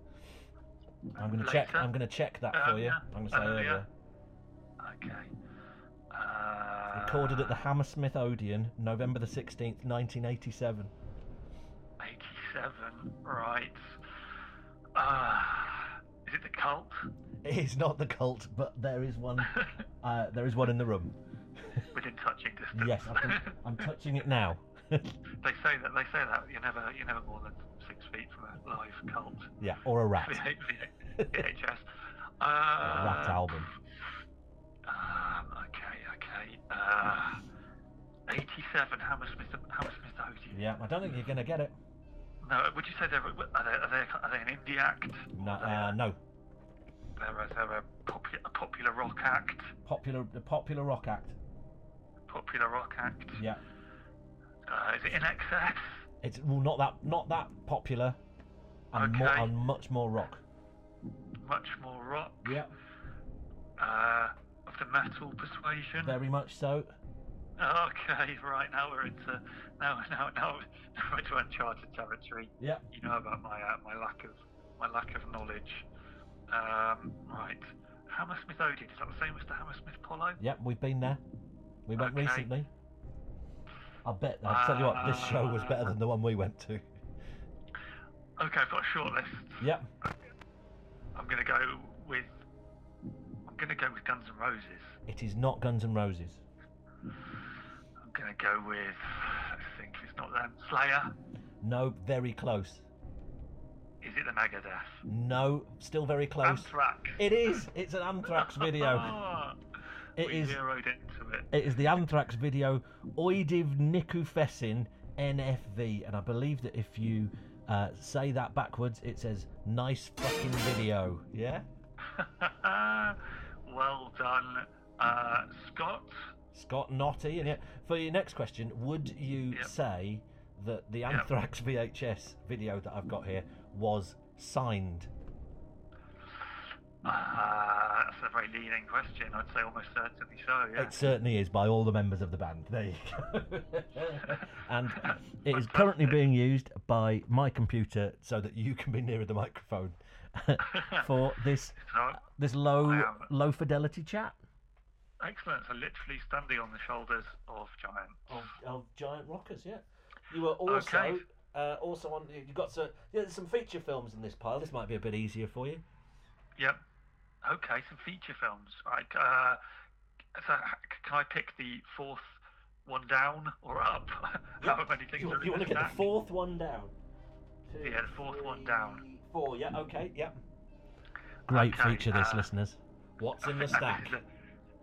A: I'm gonna
D: Later.
A: check. I'm gonna check that for you.
D: Earlier.
A: I'm gonna say
D: Earlier.
A: earlier.
D: Okay. Uh,
A: Recorded at the Hammersmith Odeon, November the sixteenth, nineteen eighty-seven.
D: 87, right. Uh, is it The Cult?
A: It is not the cult, but there is one. Uh, there is one in the room.
D: Within touching distance.
A: Yes, I can, I'm touching it now.
D: they say that. They say that you're never you're never more than six feet from a live cult.
A: yeah, or a rat.
D: VHS. Uh,
A: A rat album.
D: Um, okay, okay. Uh, 87 Hammersmith, Hammersmith Odeon.
A: Yeah, I don't think you're gonna get it.
D: No, would you say they're are they, are they, are they an indie act?
A: No,
D: Or they're-
A: uh, no.
D: they're a, they're a, popu- a popular rock act.
A: Popular, the popular rock act.
D: Popular rock act.
A: Yeah,
D: Uh, is it in excess?
A: it's well, not that, not that popular, and more,
D: Okay.
A: and much more rock.
D: Much more rock.
A: Yeah,
D: Uh, of the metal persuasion.
A: very much so.
D: Okay, right now we're into now now now we're into uncharted territory.
A: Yeah,
D: you know about my uh, my lack of my lack of knowledge. Um, right, Hammersmith Odeon is that the same as the Hammersmith Polo?
A: yeah, we've been there. We went
D: Okay.
A: recently. I bet. I tell you what, this show was better than the one we went to.
D: Okay, I've got a short list.
A: Yeah,
D: I'm gonna go with I'm gonna go with Guns N' Roses.
A: it is not Guns N' Roses.
D: I'm gonna go with I think it's not them Slayer.
A: No, very close.
D: Is it the Megadeth?
A: No, still very close.
D: Anthrax.
A: It is. It's an Anthrax video.
D: Ah,
A: It
D: we
A: is.
D: zeroed into it.
A: It is the Anthrax video Oidiv Nikufesin NFV, and I believe that if you uh, say that backwards, it says nice fucking video. Yeah.
D: Uh, well done, uh, Scott.
A: Scott Notty. And yeah, for your next question, would you
D: Yep.
A: say that the
D: Yep.
A: Anthrax VHS video that I've got here was signed?
D: Uh, that's a very leading question. I'd say almost certainly so. Yeah.
A: It certainly is by all the members of the band. There you go. and it is currently being used by my computer so that you can be nearer the microphone for this
D: so,
A: this low
D: am.
A: low fidelity chat
D: excellent. So literally standing on the shoulders of giants.
A: of, of giant rockers. Yeah, you were also
D: Oh. Okay.
A: uh, also on. You got some yeah, there's some feature films in this pile. This might be a bit easier for you.
D: Yep. Okay, some feature films. Right. Uh, so h- can I pick the fourth one down or up? However many things
A: You,
D: are in
A: want
D: the
A: to get
D: stack.
A: the fourth one down? Two,
D: Yeah, the fourth one down.
A: Four, yeah, okay, yeah. Great
D: Okay,
A: feature, this,
D: uh,
A: listeners. What's in the
D: And
A: stack?
D: this is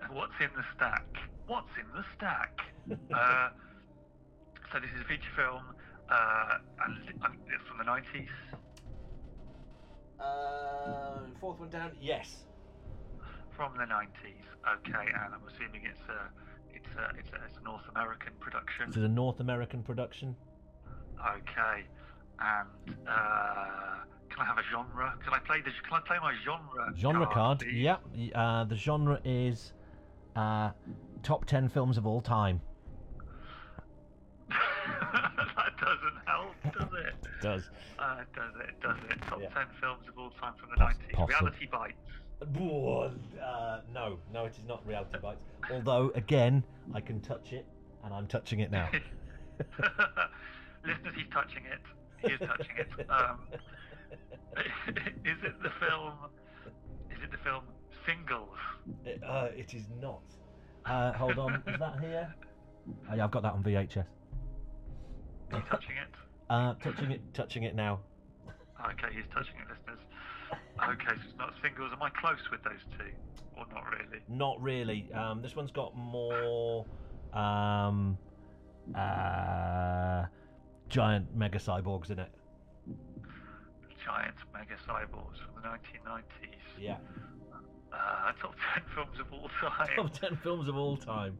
D: the- what's in the stack? What's in the stack? uh, so this is a feature film, uh, and and it's from the nineties.
A: Uh, fourth one down, yes.
D: From the nineties. Okay, and I'm assuming it's a, it's a, it's a, it's a North American production.
A: This is a North American production.
D: Okay. And uh, can I have a genre? Can I play the? Can I play my genre?
A: Genre card,
D: please?
A: yep. y- Uh, the genre is uh, top 10 films of all time.
D: that doesn't help, does it?
A: Does.
D: Uh, does it? Does it? Top
A: Yeah.
D: ten films of all time from the
A: Poss-
D: nineties.
A: possible.
D: Reality bites.
A: Uh, no, no, it is not Reality Bites. Although, again, I can touch it, and I'm touching it now.
D: Listeners, he's touching it. He is touching it. Um, is it the film? Is it the film Singles?
A: It, uh, it is not. Uh, hold on, is that here? Oh, yeah, I've got that on VHS.
D: Is he touching it?
A: Uh, touching it, touching it now.
D: Okay, he's touching it, listeners. Okay, so it's not singles. Am I close with those two? Or not really?
A: Not really. Um, this one's got more um, uh, giant mega cyborgs in it.
D: Giant mega cyborgs from the 1990s.
A: Yeah,
D: Uh, top 10 films of all time.
A: top ten films of all time.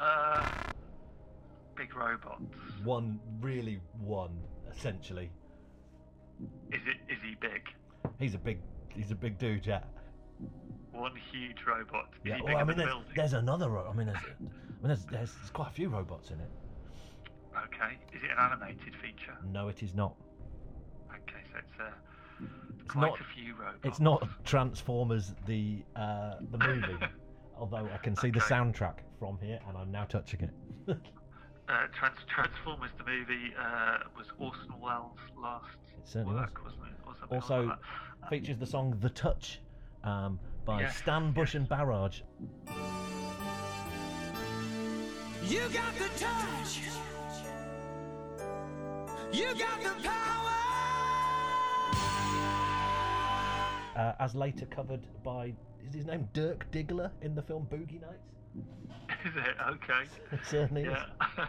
D: Uh, big robots.
A: One, really one, essentially.
D: Is it? Is he big?
A: He's a big, he's a big dude, yeah.
D: One huge robot. Is
A: Yeah.
D: he bigger
A: Well, I mean,
D: than
A: there's,
D: building?
A: there's another. ro- I mean, there's, I mean, there's, there's, there's quite a few robots in it.
D: Okay. Is it an animated feature?
A: No, it is not.
D: Okay, so it's uh, quite
A: not-
D: a few robots.
A: It's not Transformers the uh, the movie, although I can see the
D: Okay.
A: soundtrack from here, and I'm now touching it.
D: Uh, Trans- Transformers the movie uh, was Orson Welles' last
A: It certainly
D: work,
A: was.
D: was. not it? Or something like
A: also
D: that.
A: features the song "The Touch" um, by
D: Yes,
A: Stan Bush
D: yes.
A: and Barrage.
C: You got the touch. You got the power.
A: Uh, as later covered by is his name Dirk Diggler in the film Boogie Nights.
D: Is it? Okay.
A: It certainly is.
D: Yeah.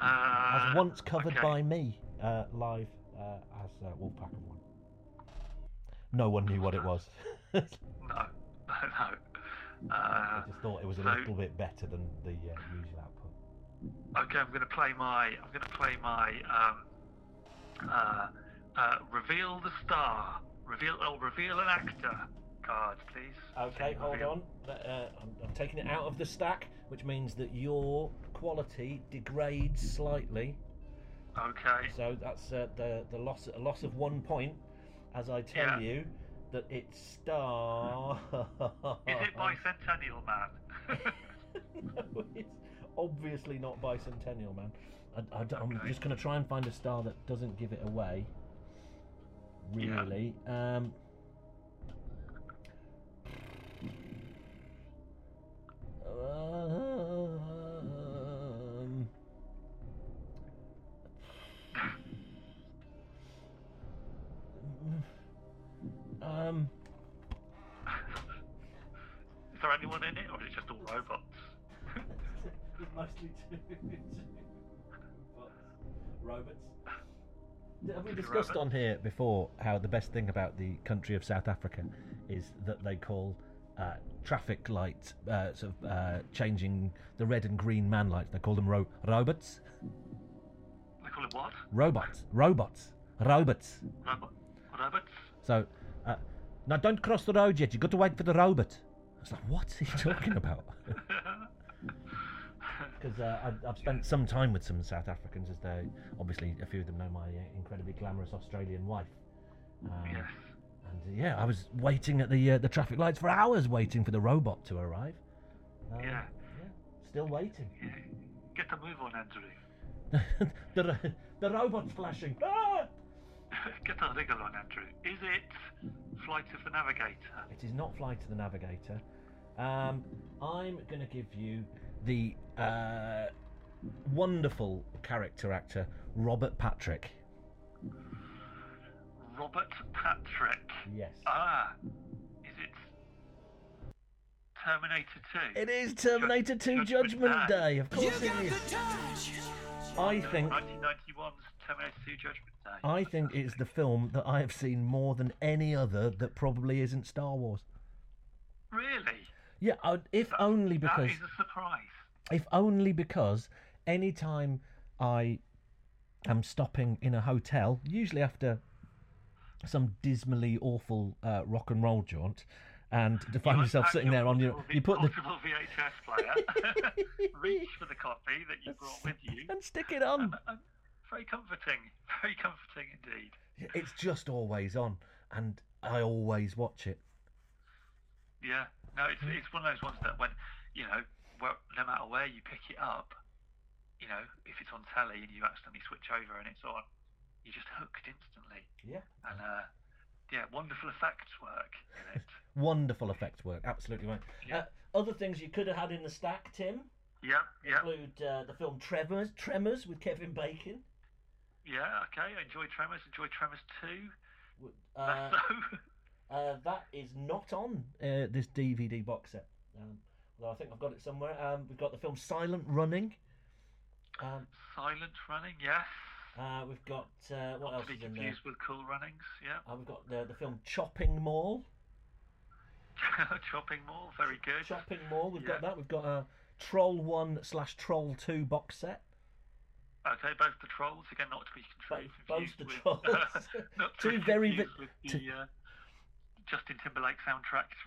A: As
D: uh,
A: once covered
D: okay.
A: by me uh, live uh, as uh, Wolfpack of One. No one knew what it was. I
D: No, no, no. Uh,
A: just thought it was a
D: So-
A: little bit better than the uh, usual output.
D: okay, I'm gonna play my. I'm gonna play my. Um, uh, uh, reveal the star. Reveal. Oh, reveal an actor. Card, please.
A: Okay, hold
D: Reveal.
A: on. Let- uh, I'm, I'm taking it out of the stack, which means that your quality degrades slightly.
D: Okay.
A: So that's uh, the the loss a loss of one point, as I tell
D: Yeah.
A: you that it's star.
D: Is
A: Oh,
D: it Bicentennial Man?
A: no, it's obviously not bicentennial, man. I, am
D: Okay.
A: just going to try and find a star that doesn't give it away.
D: Yeah.
A: Really. Um, um,
D: anyone in it, or is it just all robots?
A: There's mostly two. Robots. Have we discussed on here before how the best thing about the country of South Africa is that they call uh, traffic lights, uh, sort of uh, changing the red and green man lights, they call them ro- robots?
D: They call it what?
A: Robots. Robots. Robots.
D: Robot? Robots?
A: So, uh, now don't cross the road yet, you've got to wait for the robot. I was like, what's he talking about? because uh, I've, I've spent some time with some South Africans, as they obviously a few of them know my uh, incredibly glamorous Australian wife. Um,
D: Yes.
A: And uh, yeah, I was waiting at the uh, the traffic lights for hours, waiting for the robot to arrive. Uh,
D: Yeah.
A: Still waiting.
D: yeah. Get the move on, Andrew.
A: the ro- the robot's flashing. Ah!
D: Get the wriggle on, Andrew. Is it Flight of the Navigator?
A: It is not Flight of the Navigator. Um, I'm going to give you the uh, wonderful character actor Robert Patrick.
D: Robert Patrick.
A: Yes.
D: Ah, is it Terminator 2?
A: It is Terminator 2
D: Judgment
A: Judgment
D: Day.
A: Day, of course it is. I think
D: 1991's Terminator 2 Judgment Day.
A: I think it's the film that I have seen more than any other that probably isn't Star Wars.
D: Really?
A: Yeah, I, if only because
D: That is a surprise.
A: if only because anytime I am stopping in a hotel, usually after some dismally awful uh, rock and roll jaunt, and to find yourself
D: Unpack
A: sitting there on your,
D: portable-
A: you put the
D: portable VHS player, reach for the copy that you brought with you.
A: and stick it on.
D: Um, Very comforting, very comforting indeed.
A: It's just always on, and I always watch it.
D: Yeah, no, it's
A: Hmm.
D: it's one of those ones that when you know, well, no matter where you pick it up, you know, if it's on telly and you accidentally switch over and it's on, you're just hooked instantly.
A: Yeah.
D: And uh, yeah, wonderful effects work in it.
A: Wonderful effects work, absolutely right.
D: Yeah.
A: Uh, other things you could have had in the stack, Tim,
D: yep, yep,
A: include uh, the film Tremors, Tremors with Kevin Bacon.
D: yeah. Okay, enjoy Tremors. Enjoy Tremors Two.
A: w- Uh,
D: so
A: Uh, that is not on uh, this DVD box set. Um, although I think I've got it somewhere. Um, we've got the film Silent Running. Um,
D: Silent Running. Yes.
A: uh, we've got uh, what
D: Not
A: else
D: to be
A: is in there?
D: confused with Cool Runnings. Yeah.
A: Uh, we've got the, the film Chopping Mall.
D: Chopping Mall. Very good.
A: Chopping Mall. We've
D: Yeah.
A: got that. We've got a Troll One slash Troll Two box set.
D: Okay, both the trolls again, not to be
A: Both,
D: confused.
A: both the
D: with- uh,
A: trolls.
D: not to be
A: Two very. Vi-
D: confused with
A: two-
D: the, uh, Justin Timberlake soundtrack's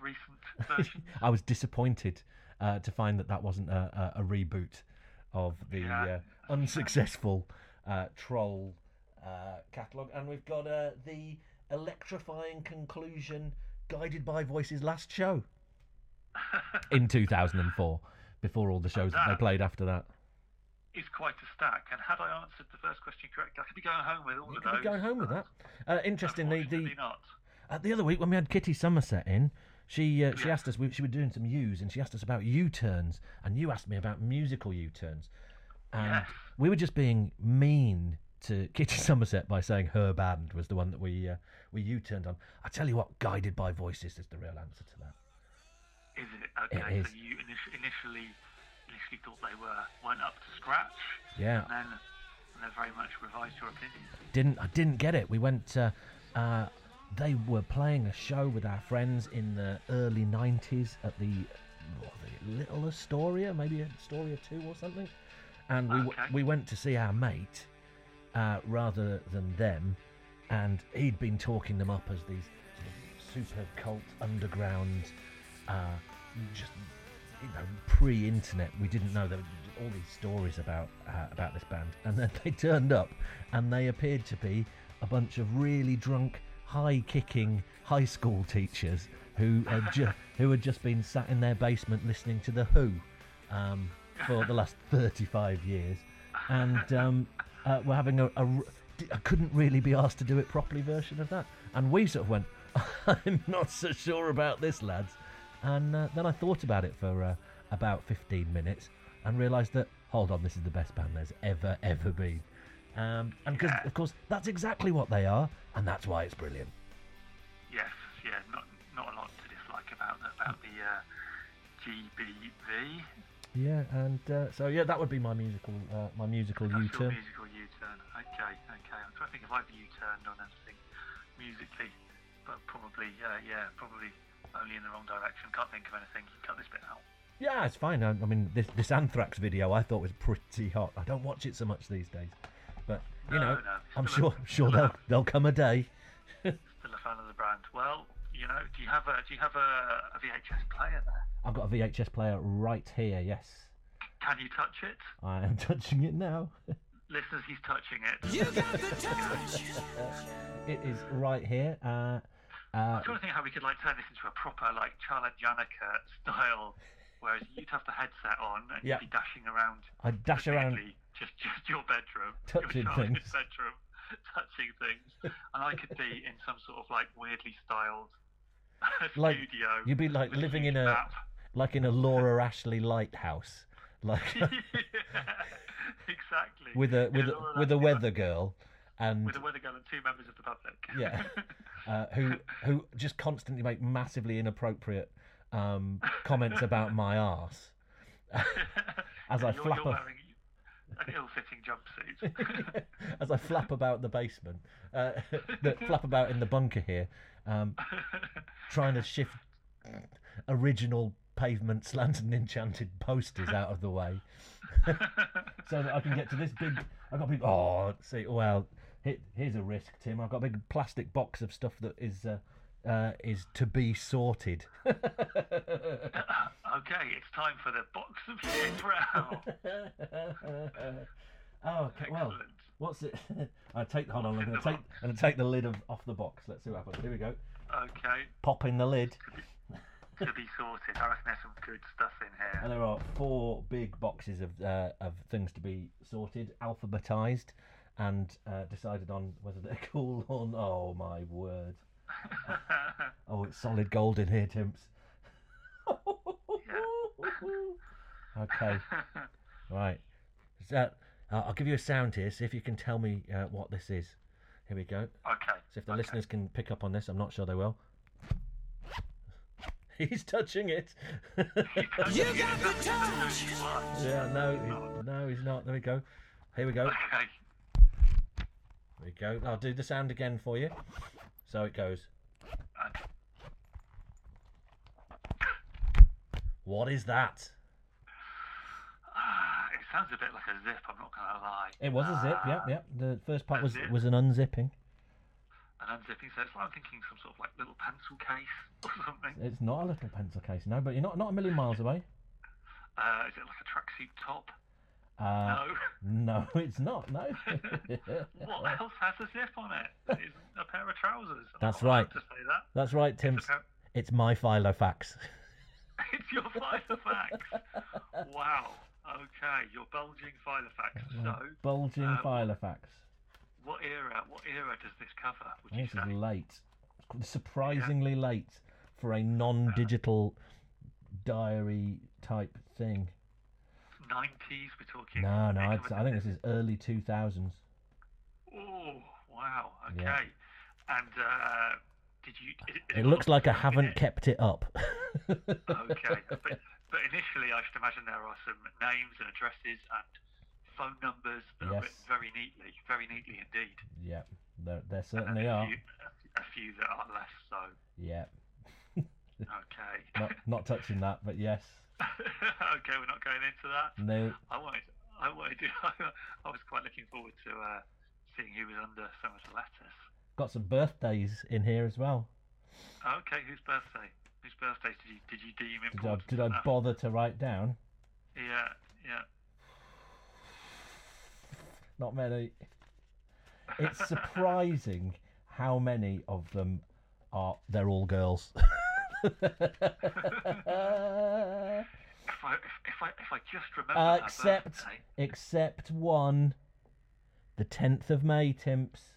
D: recent version.
A: I was disappointed uh, to find that that wasn't a, a, a reboot of the
D: Yeah.
A: uh, unsuccessful uh, Troll uh, catalogue. And we've got uh, the electrifying conclusion guided by Voice's last show in 2004, before all the shows that they
D: That-
A: played after that.
D: is quite a stack, and had I answered the first question correctly, I could be going home with all
A: You
D: of
A: could
D: those.
A: be going home with that. Uh, interestingly, the
D: Unfortunately not.
A: Uh, the other week when we had Kitty Somerset in, she uh, she asked us. We, she was doing some U's, and she asked us about U turns, and you asked me about musical U turns, and
D: Yes.
A: we were just being mean to Kitty Somerset by saying her band was the one that we uh, we U turned on. I tell you what, guided by voices is the real answer to that.
D: Is it okay?
A: It is.
D: So you init- initially initially thought they were weren't up to scratch,
A: Yeah,
D: and then and then very much revised your opinion.
A: didn't I didn't get it. We went. Uh, uh, they were playing a show with our friends in the early '90s at the, what, the Little Astoria, maybe Astoria Two or something, and we w
D: Okay.
A: we went to see our mate uh, rather than them, and he'd been talking them up as these sort of super cult underground, uh, just you know, pre-internet. We didn't know there were all these stories about uh, about this band, and then they turned up, and they appeared to be a bunch of really drunk, high-kicking high school teachers who had ju- who had just been sat in their basement listening to the Who um, for the last 35 years, and um, uh, we're having a, a r- d- I couldn't really be asked to do it properly version of that, and we sort of went, I'm not so sure about this, lads, and uh, then I thought about it for uh, about 15 minutes and realised that hold on, this is the best band there's ever ever been, um, and because of course that's exactly what they are, and that's why it's brilliant.
D: Yes, yeah, not not a lot to dislike about the, about the uh, GBV.
A: Yeah, and uh, so yeah, that would be my musical, uh, my musical
D: That's
A: U-turn.
D: your musical U-turn. Okay, okay. I'm trying to think if I've U-turned on anything musically, but probably, uh, yeah, probably only in the wrong direction. Can't think of anything. Cut this bit out.
A: Yeah, it's fine. I, I mean, this this Anthrax video I thought was pretty hot. I don't watch it so much these days, but you know,
D: No, no,
A: I'm
D: still a-
A: sure, I'm sure
D: still a-
A: they'll they'll come a day.
D: Still a fan of the brand. Well, you know, do you have a do you have a, a VHS player there?
A: I've got a VHS player right here. Yes,
D: Can you touch it?
A: I am touching it now.
D: Listeners, he's touching it.
A: it is right here. Uh, uh,
D: I'm trying to think how we could like turn this into a proper like Charlie Janica style, whereas you'd have the headset on and
A: Yeah.
D: you'd be dashing around.
A: I dash around.
D: basically Just, just your bedroom,
A: Touching
D: your Charlie's
A: things.
D: bedroom, touching things, and I could be in some sort of like weirdly styled
A: Like,
D: studio.
A: you'd be, like,
D: with
A: living in
D: huge
A: a-
D: map.
A: like in a Laura Ashley lighthouse, like
D: exactly
A: with a
D: In
A: with a,
D: Laura
A: with a
D: Lansky-
A: weather girl, and
D: with a weather girl and two members of the public.
A: yeah, uh, who who just constantly make massively inappropriate um, comments about my arse. As I
D: you're,
A: flap
D: you're
A: a-
D: wearing an ill-fitting jumpsuit.
A: As I flap about the basement, uh, that flap about in the bunker here, um, trying to shift original pavement slanted and enchanted posters out of the way, so that I can get to this big. I've got a big. Oh, see, well, he- here's a risk, Tim. I've got a big plastic box of stuff that is uh, uh, is to be sorted.
D: okay, it's time for the box of shit round.
A: Oh, okay. Well,
D: Excellent.
A: what's it? I take. Hold on. I'm
D: in
A: going to
D: the
A: take. I'm going to take the lid of, off the box. Let's see what happens. Here we go.
D: Okay,
A: Pop in the lid,
D: to be sorted. I reckon there's some good stuff in
A: and
D: here.
A: there are four big boxes of uh, of things to be sorted, alphabetized, and uh, decided on whether they're cool or not. Oh my word! oh, it's solid gold in here, Timps. okay. Right. Is that? Uh, I'll give you a sound here. See if you can tell me uh, what this is. Here we go.
D: Okay.
A: So if the listeners can pick up on this, I'm not sure they will. He's touching it.
D: You got the touch.
A: yeah, no, he- no, he's not. Ah. There we go. Here we go. There
D: Okay.
A: we go. I'll do the sound again for you. So it goes.
D: okay.
A: What is that?
D: Ah, it sounds a bit like a zip. I'm not gonna lie.
A: It was a zip. Yep, yep. The first part was
D: That's it.
A: was an unzipping.
D: An unzipping. So it's like I'm thinking some sort of like little pencil case or something.
A: It's not a little pencil case, no, but you're not not a million miles away.
D: Uh, is it like a tracksuit top?
A: Uh,
D: No.
A: no. it's not. No.
D: what else has a zip on it? That isn't a pair of trousers. I'm
A: That's
D: not allowed
A: right.
D: To say that.
A: That's right, Tim.
D: It's a pair-
A: It's my Philofax.
D: It's your Filofax. wow. Okay, your bulging Filofax. So,
A: Bulging
D: um,
A: Philofax.
D: what era? What era does this cover? Would you
A: This is
D: say?
A: late. Surprisingly late for a non digital diary type thing.
D: 90s. We're talking.
A: No, no,
D: it
A: I'd,
D: covered-
A: I think this is early 2000s.
D: Oh, wow. Okay.
A: Yeah.
D: And uh, did you? It,
A: It looks like I haven't kept it up.
D: okay, but, but initially, I should imagine there are some names and addresses and phone numbers that are
A: Yes.
D: written very neatly, very neatly indeed.
A: yeah, there, there
D: And
A: certainly
D: a
A: are.
D: Few, a few that are less so.
A: Yeah,
D: Okay.
A: not, not touching that, but yes.
D: okay, we're not going into that.
A: No,
D: I wanted, I wanted to, I was quite looking forward to uh, seeing who was under some of the letters.
A: got some birthdays in here as well.
D: Okay, whose birthday? Whose birthdays did you did you deem
A: Did I,
D: important?
A: did I
D: enough?
A: bother to write down?
D: Yeah, yeah.
A: Not many. It's surprising how many of them are. They're all girls.
D: If I if, if I if I just remember
A: Uh,
D: her
A: except,
D: birthday,
A: except one. The tenth of May, Timps.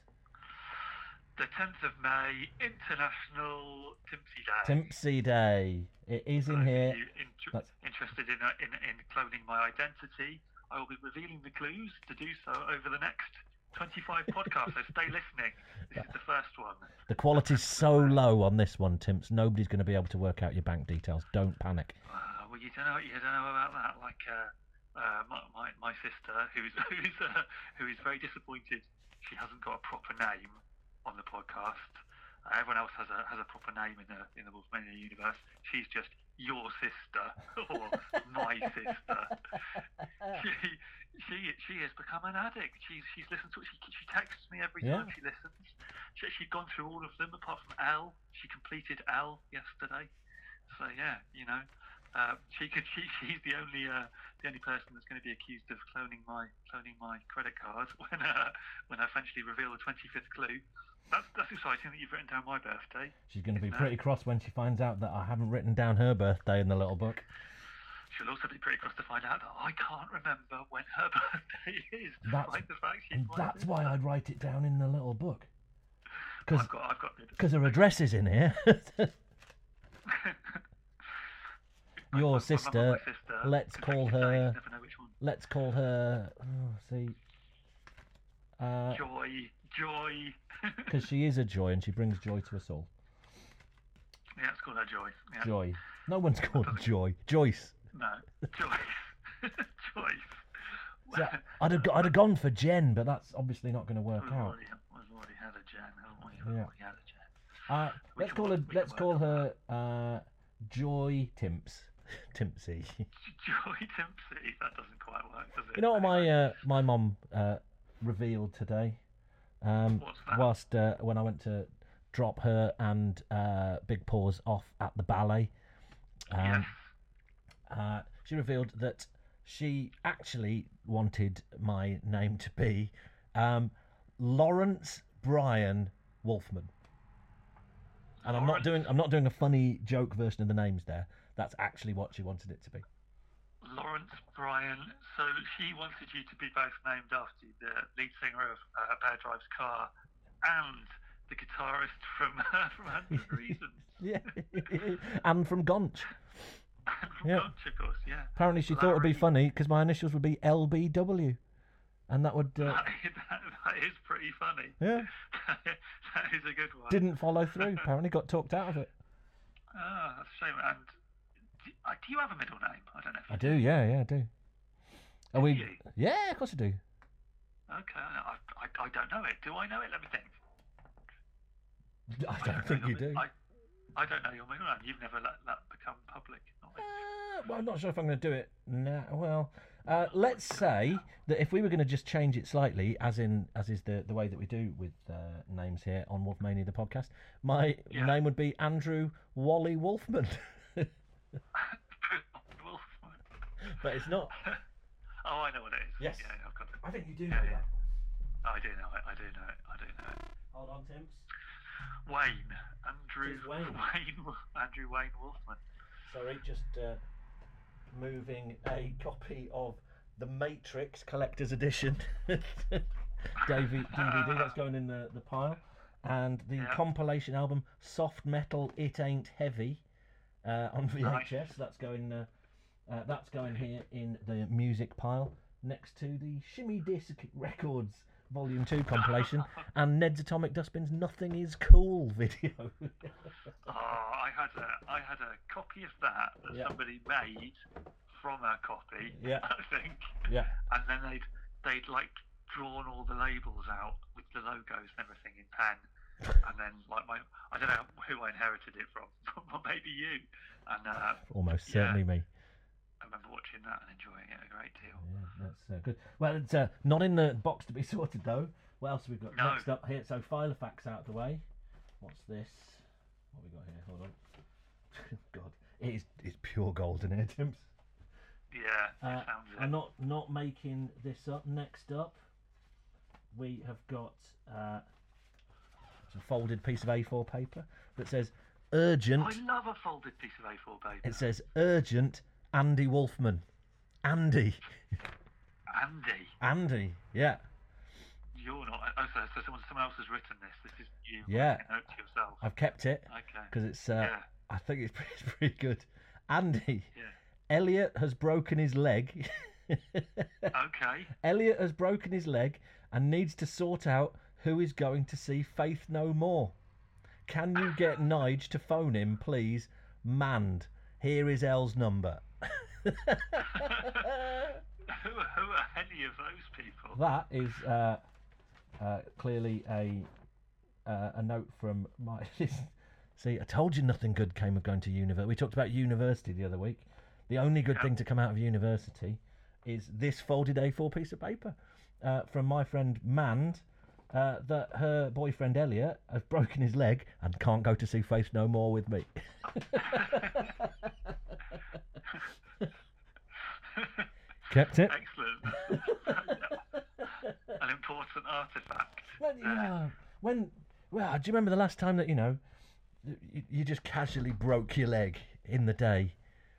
D: the tenth of May, International Timpsy Day.
A: Timpsy Day. It is in
D: If
A: here.
D: you inter-
A: That's-
D: interested in, uh, in in cloning my identity, I will be revealing the clues to do so over the next twenty five podcasts. So stay listening. This is the first one.
A: The quality's so low on this one, Timps. Nobody's going to be able to work out your bank details. Don't panic.
D: Uh, we Well, you don't know. You don't know about that. Like uh, uh, my, my my sister, who is who is uh, who is very disappointed, she hasn't got a proper name on the podcast. Uh, everyone else has a has a proper name in the in the Wolfmania universe. She's just your sister or my sister. She she she has become an addict. She's she's listened to it. She she texts me every
A: Yeah.
D: time she listens. She, she'd gone through all of them apart from L. She completed L yesterday. So yeah, you know, uh, she could. She, she's the only uh, the only person that's going to be accused of cloning my cloning my credit card when uh, when I eventually reveal the twenty fifth clue. That's that's exciting that you've written down my birthday.
A: She's going to be pretty cross when she finds out that I haven't written down her birthday in the little book.
D: She'll also be pretty cross to find out that I can't remember when her birthday is,
A: That's-
D: despite the fact she's
A: And
D: my
A: that's
D: sister.
A: why I'd write it down in the little book. Because
D: I've got I've got
A: because her address is in here.
D: I've got-
A: Your
D: my mum
A: sister,
D: and my sister.
A: let's
D: Conflicting
A: call
D: days,
A: her-
D: Never know which one.
A: let's call her. Oh, see, because
D: Joy, joy.
A: she is a joy and she brings joy to us all.
D: yeah, let's call her joy. Yeah.
A: Joy. No one's called Joy. Joyce.
D: No, Joyce. Joyce.
A: See, I- I'd have, go- I'd have gone for Jen, but that's obviously not going to work
D: We've
A: out.
D: already, we've already had a Jen, haven't we? We've
A: Yeah.
D: already had
A: Uh,
D: a Jen.
A: let's
D: can
A: call her.
D: work- we
A: Let's
D: can
A: call
D: work
A: her uh, Joy Timps. Timpsy.
D: Joy Dempsey. That doesn't quite work, does it?
A: You know what my
D: Anyway,
A: uh, my mum uh, revealed today? Um,
D: What's that?
A: Whilst uh, when I went to drop her and uh, Big Paws off at the ballet, um, uh, she revealed that she actually wanted my name to be um, Lawrence Brian Wolfman. And I'm not
D: Lawrence.
A: doing I'm not doing a funny joke version of the names there. That's actually what she wanted it to be.
D: Lawrence Bryan. So she wanted you to be both named after you, the lead singer of uh, Bear Drives Car and the guitarist from from Hundred Reasons.
A: Yeah, and from Gonch.
D: And from
A: Yeah.
D: Gonch, of course. Yeah.
A: Apparently, she thought it'd be
D: Larry.
A: funny because my initials would be LBW, and that would uh,
D: That, that, that is pretty funny.
A: yeah
D: that is a good one.
A: didn't follow through. Apparently, got talked out of it.
D: Ah, that's a shame. And do, uh, do you have a middle name? I don't know. If
A: I
D: you
A: do, yeah, yeah, I do. Are we?
D: you?
A: Yeah, of course I do.
D: Okay, I, I, I don't know it. Do I know it? Let me think.
A: I don't think
D: know
A: you
D: your
A: do.
D: mid- I, I don't know your middle name. You've never let that become public. Not me.
A: Uh, well, I'm not sure if I'm going to do it now. Well, uh, let's say that if we were going to just change it slightly, as in as is the, the way that we do with uh, names here on Wolfmania the podcast, my
D: Yeah.
A: name would be Andrew Wally Wolfman,
D: Wolf.
A: but it's not.
D: Oh, I know what it is.
A: Yes.
D: Yeah, I know, I've got it.
A: I think you do.
D: Yeah, yeah. I do know it. I do know it. I do know it.
A: Hold on, Tim's.
D: Wayne. Andrew.
A: It's Wayne.
D: Wayne. Wol- Andrew Wayne Wolfman.
A: Sorry, just uh, moving a copy of The Matrix Collector's Edition. Davy DVD, that's going in the, the pile. And the
D: Yeah.
A: compilation album Soft Metal It Ain't Heavy uh, on VHS.
D: Right.
A: That's going uh, uh, that's going here in the music pile next to the Shimmy Disc Records Volume 2 compilation and Ned's Atomic Dustbin's Nothing Is Cool video.
D: Oh, I had a I had a copy of that that
A: Yeah.
D: somebody made from a copy.
A: Yeah.
D: I think.
A: yeah.
D: and then they'd they'd like drawn all the labels out with the logos and everything in pen, and then like my I don't know who I inherited it from, but maybe you. And uh,
A: Almost
D: Yeah.
A: certainly me.
D: I remember watching that and enjoying it a great deal.
A: Yeah, that's uh, good. Well, it's uh, not in the box to be sorted though. What else have we got
D: No.
A: next up here? So Filofax out of the way. What's this? What we got here? Hold on. God, it is it's pure gold in here, Tim's.
D: Yeah,
A: Uh,
D: it sounds it.
A: I'm not not making this up. Next up, we have got uh, it's a folded piece of A4 paper that says urgent.
D: I love a folded piece of A4 paper.
A: It says urgent. Andy Wolfman. Andy.
D: Andy,
A: Andy. Yeah.
D: you're not. Oh, so, so someone, someone else has written this. This is you.
A: Yeah.
D: making a Note to yourself.
A: I've kept it.
D: Okay.
A: because it's uh,
D: Yeah.
A: I think it's pretty, it's pretty good. Andy,
D: Yeah.
A: Elliot has broken his leg.
D: Okay.
A: Elliot has broken his leg and needs to sort out who is going to see Faith No More. Can you get Nige to phone him, please? Manned. Here is El's number.
D: who, are, who are any of those people?
A: That is uh, uh, clearly a uh, a note from my. See, I told you nothing good came of going to university. We talked about university the other week. The only good thing to come out of university is this folded A4 piece of paper uh, from my friend Mand uh, that her boyfriend Elliot has broken his leg and can't go to see Faith No More with me. Kept it.
D: Excellent. An important artifact.
A: Well, you know, when well, do you remember the last time that you know you, you just casually broke your leg in the day?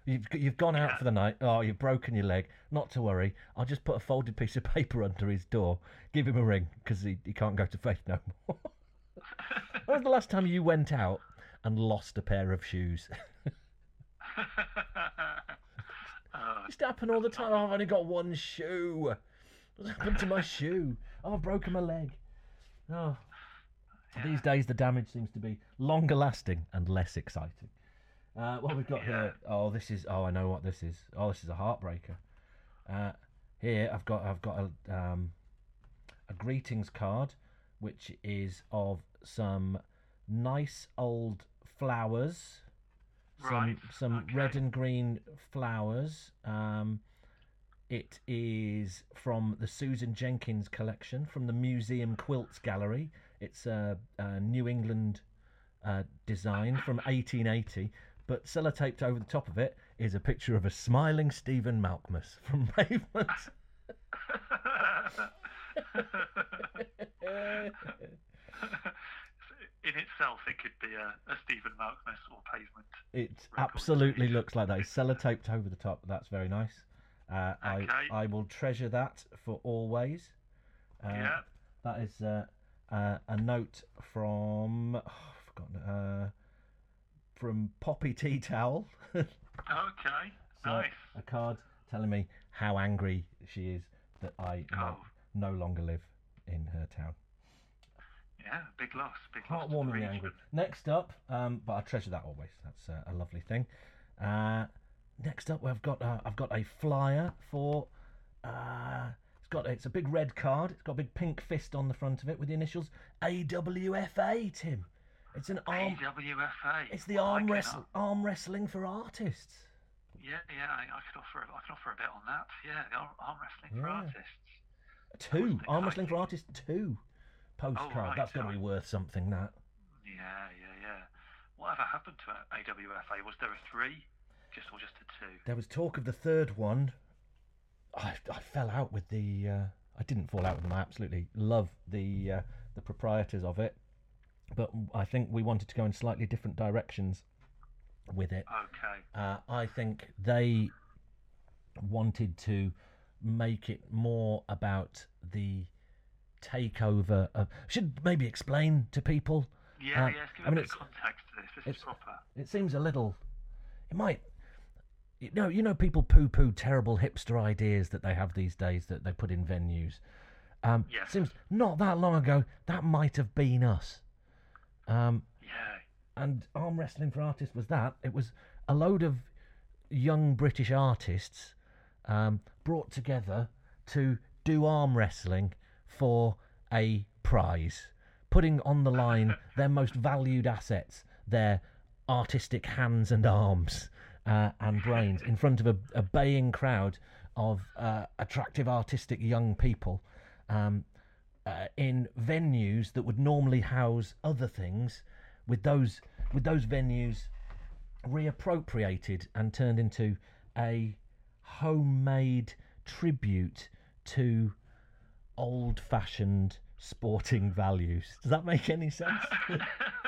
A: You've you've gone out for the night. Oh, you've broken your leg. Not to worry. I'll just put a folded piece of paper under his door. Give him a ring because he, he can't go to faith no more. when was the last time you went out and lost a pair of shoes?
D: oh,
A: used to happen all the time. Oh, I've only got one shoe. What's happened to my shoe? Oh, I've broken my leg. Oh. These days, the damage seems to be longer lasting and less exciting. Uh, what we've got here? Oh, this is. Oh, I know what this is. Oh, this is a heartbreaker. Uh, here, I've got. I've got a um, a greetings card, which is of some nice old flowers some
D: Right,
A: some
D: okay.
A: red and green flowers. Um, it is from the Susan Jenkins collection from the Museum Quilts Gallery. It's a, a New England uh, design from 1880, but sellotaped over the top of it is a picture of a smiling Stephen Malkmus from Pavements.
D: in itself, it could be a, a Stephen Malkmus or pavement.
A: It
D: Record
A: absolutely
D: station.
A: looks like that. It's sellotaped over the top. That's very nice. Uh,
D: Okay.
A: I I will treasure that for always. Uh,
D: yeah.
A: That is uh, uh, a note from oh, I've forgotten uh, from Poppy Tea Towel. So,
D: Okay. nice.
A: A card telling me how angry she is that I no,
D: Oh.
A: no longer live in her town.
D: Yeah. Big loss. Big loss. to the
A: Heartwarmingly
D: region.
A: angry. Next up, um, but I treasure that always. That's uh, a lovely thing. Uh, next up, I've got uh, I've got a flyer for. Uh, it's got it's a big red card. It's got a big pink fist on the front of it with the initials AWFA. Tim, it's an arm.
D: AWFA.
A: It's the
D: Well, Oh, I
A: arm
D: can-
A: wrestle, arm wrestling for artists.
D: Yeah, yeah. I, I could offer. I can offer a bit on that. Yeah. the Arm, arm wrestling for
A: Yeah.
D: artists.
A: Two arm wrestling
D: exciting.
A: for artists. Two postcard.
D: right,
A: That's got to be
D: right.
A: worth something. That
D: Yeah, yeah, yeah. Whatever happened to AWFA? Was there a three? Just or just a two?
A: There was talk of the third one. I, I fell out with the. Uh, I didn't fall out with them. I absolutely love the uh, the proprietors of it, but I think we wanted to go in slightly different directions with it.
D: Okay.
A: Uh, I think they wanted to make it more about the takeover of. Should maybe explain to people.
D: Yeah,
A: Uh,
D: yeah. Let's give
A: I mean,
D: a bit
A: it's-
D: of context to this. This
A: it's-
D: is proper.
A: It seems a little. It might. You know, you know, people poo-poo terrible hipster ideas that they have these days that they put in venues. Um,
D: Yes.
A: Seems not that long ago that might have been us. Um,
D: Yeah,
A: and arm wrestling for artists was that. It was a load of young British artists um, brought together to do arm wrestling for a prize, putting on the line their most valued assets, their artistic hands and arms uh, and brains, in front of a, a baying crowd of uh, attractive, artistic young people. Um, uh, in venues that would normally house other things, with those with those venues reappropriated and turned into a homemade tribute to old-fashioned sporting values. Does that make any sense?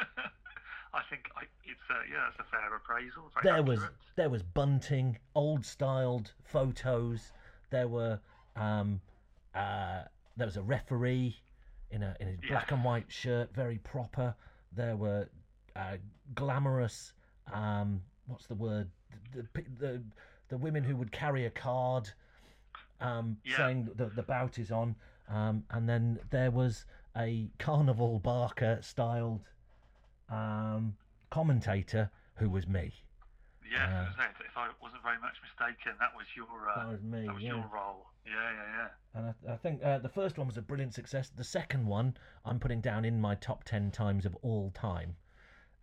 D: I think I, it's a, yeah, it's a fair appraisal. Very
A: there was
D: accurate.
A: there was bunting, old-styled photos. There were um, uh, there was a referee in a in a black and white shirt, very proper. There were uh, glamorous. Um, what's the word? The, the the the women who would carry a card, um,
D: Yeah.
A: saying the the bout is on. Um, and then there was a carnival barker styled um, commentator who was me
D: Yeah, I was gonna say, if I wasn't very much mistaken, that was your uh,
A: That was me,
D: that was
A: yeah.
D: your role. Yeah, yeah, yeah.
A: And I, I think uh, the first one was a brilliant success. The second one, I'm putting down in my top ten times of all time.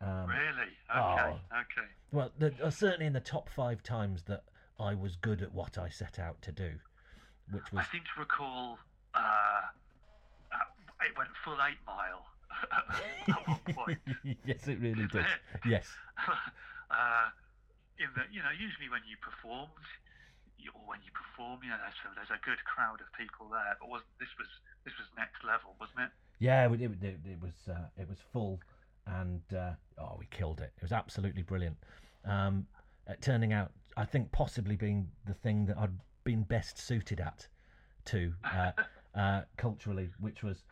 A: Um,
D: Really? Okay,
A: Oh.
D: okay.
A: Well, the, uh, certainly in the top five times that I was good at what I set out to do, which
D: I
A: was
D: seem to recall uh, uh, it went full eight mile at one point.
A: yes, it really did. Yes,
D: uh, in that you know usually when you performed you, or when you perform you know there's, so there's a good crowd of people there but was this was this was next level wasn't it
A: yeah, it, it, it, it was uh, it was full, and uh, oh, we killed it. It was absolutely brilliant. Um, at turning out, I think possibly being the thing that I'd been best suited at, to uh, uh, culturally, which was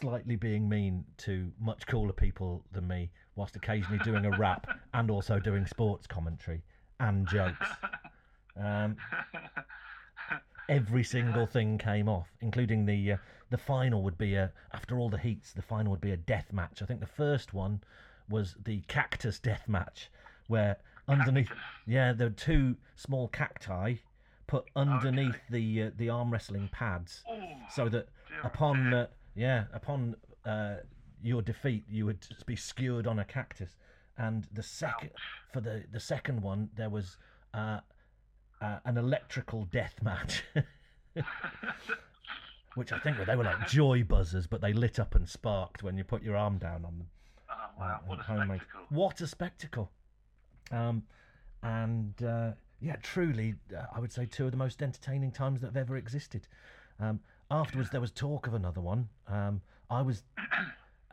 A: slightly being mean to much cooler people than me, whilst occasionally doing a rap and also doing sports commentary and jokes. Um, every single thing came off, including the uh, the final would be a after all the heats, the final would be a death match. I think the first one was the cactus death match, where underneath, yeah, there were two small cacti put underneath the uh, the arm wrestling pads, so that upon uh, yeah upon uh, your defeat you would just be skewered on a cactus. And the second for the the second one there was. Uh, uh, an electrical death match, which I think were- they were like joy buzzers, but they lit up and sparked when you put your arm down on them.
D: oh wow what a
A: Homemade.
D: spectacle
A: What a spectacle! Um, and uh, yeah, truly, uh, I would say two of the most entertaining times that have ever existed. Um, afterwards, there was talk of another one. Um, I was,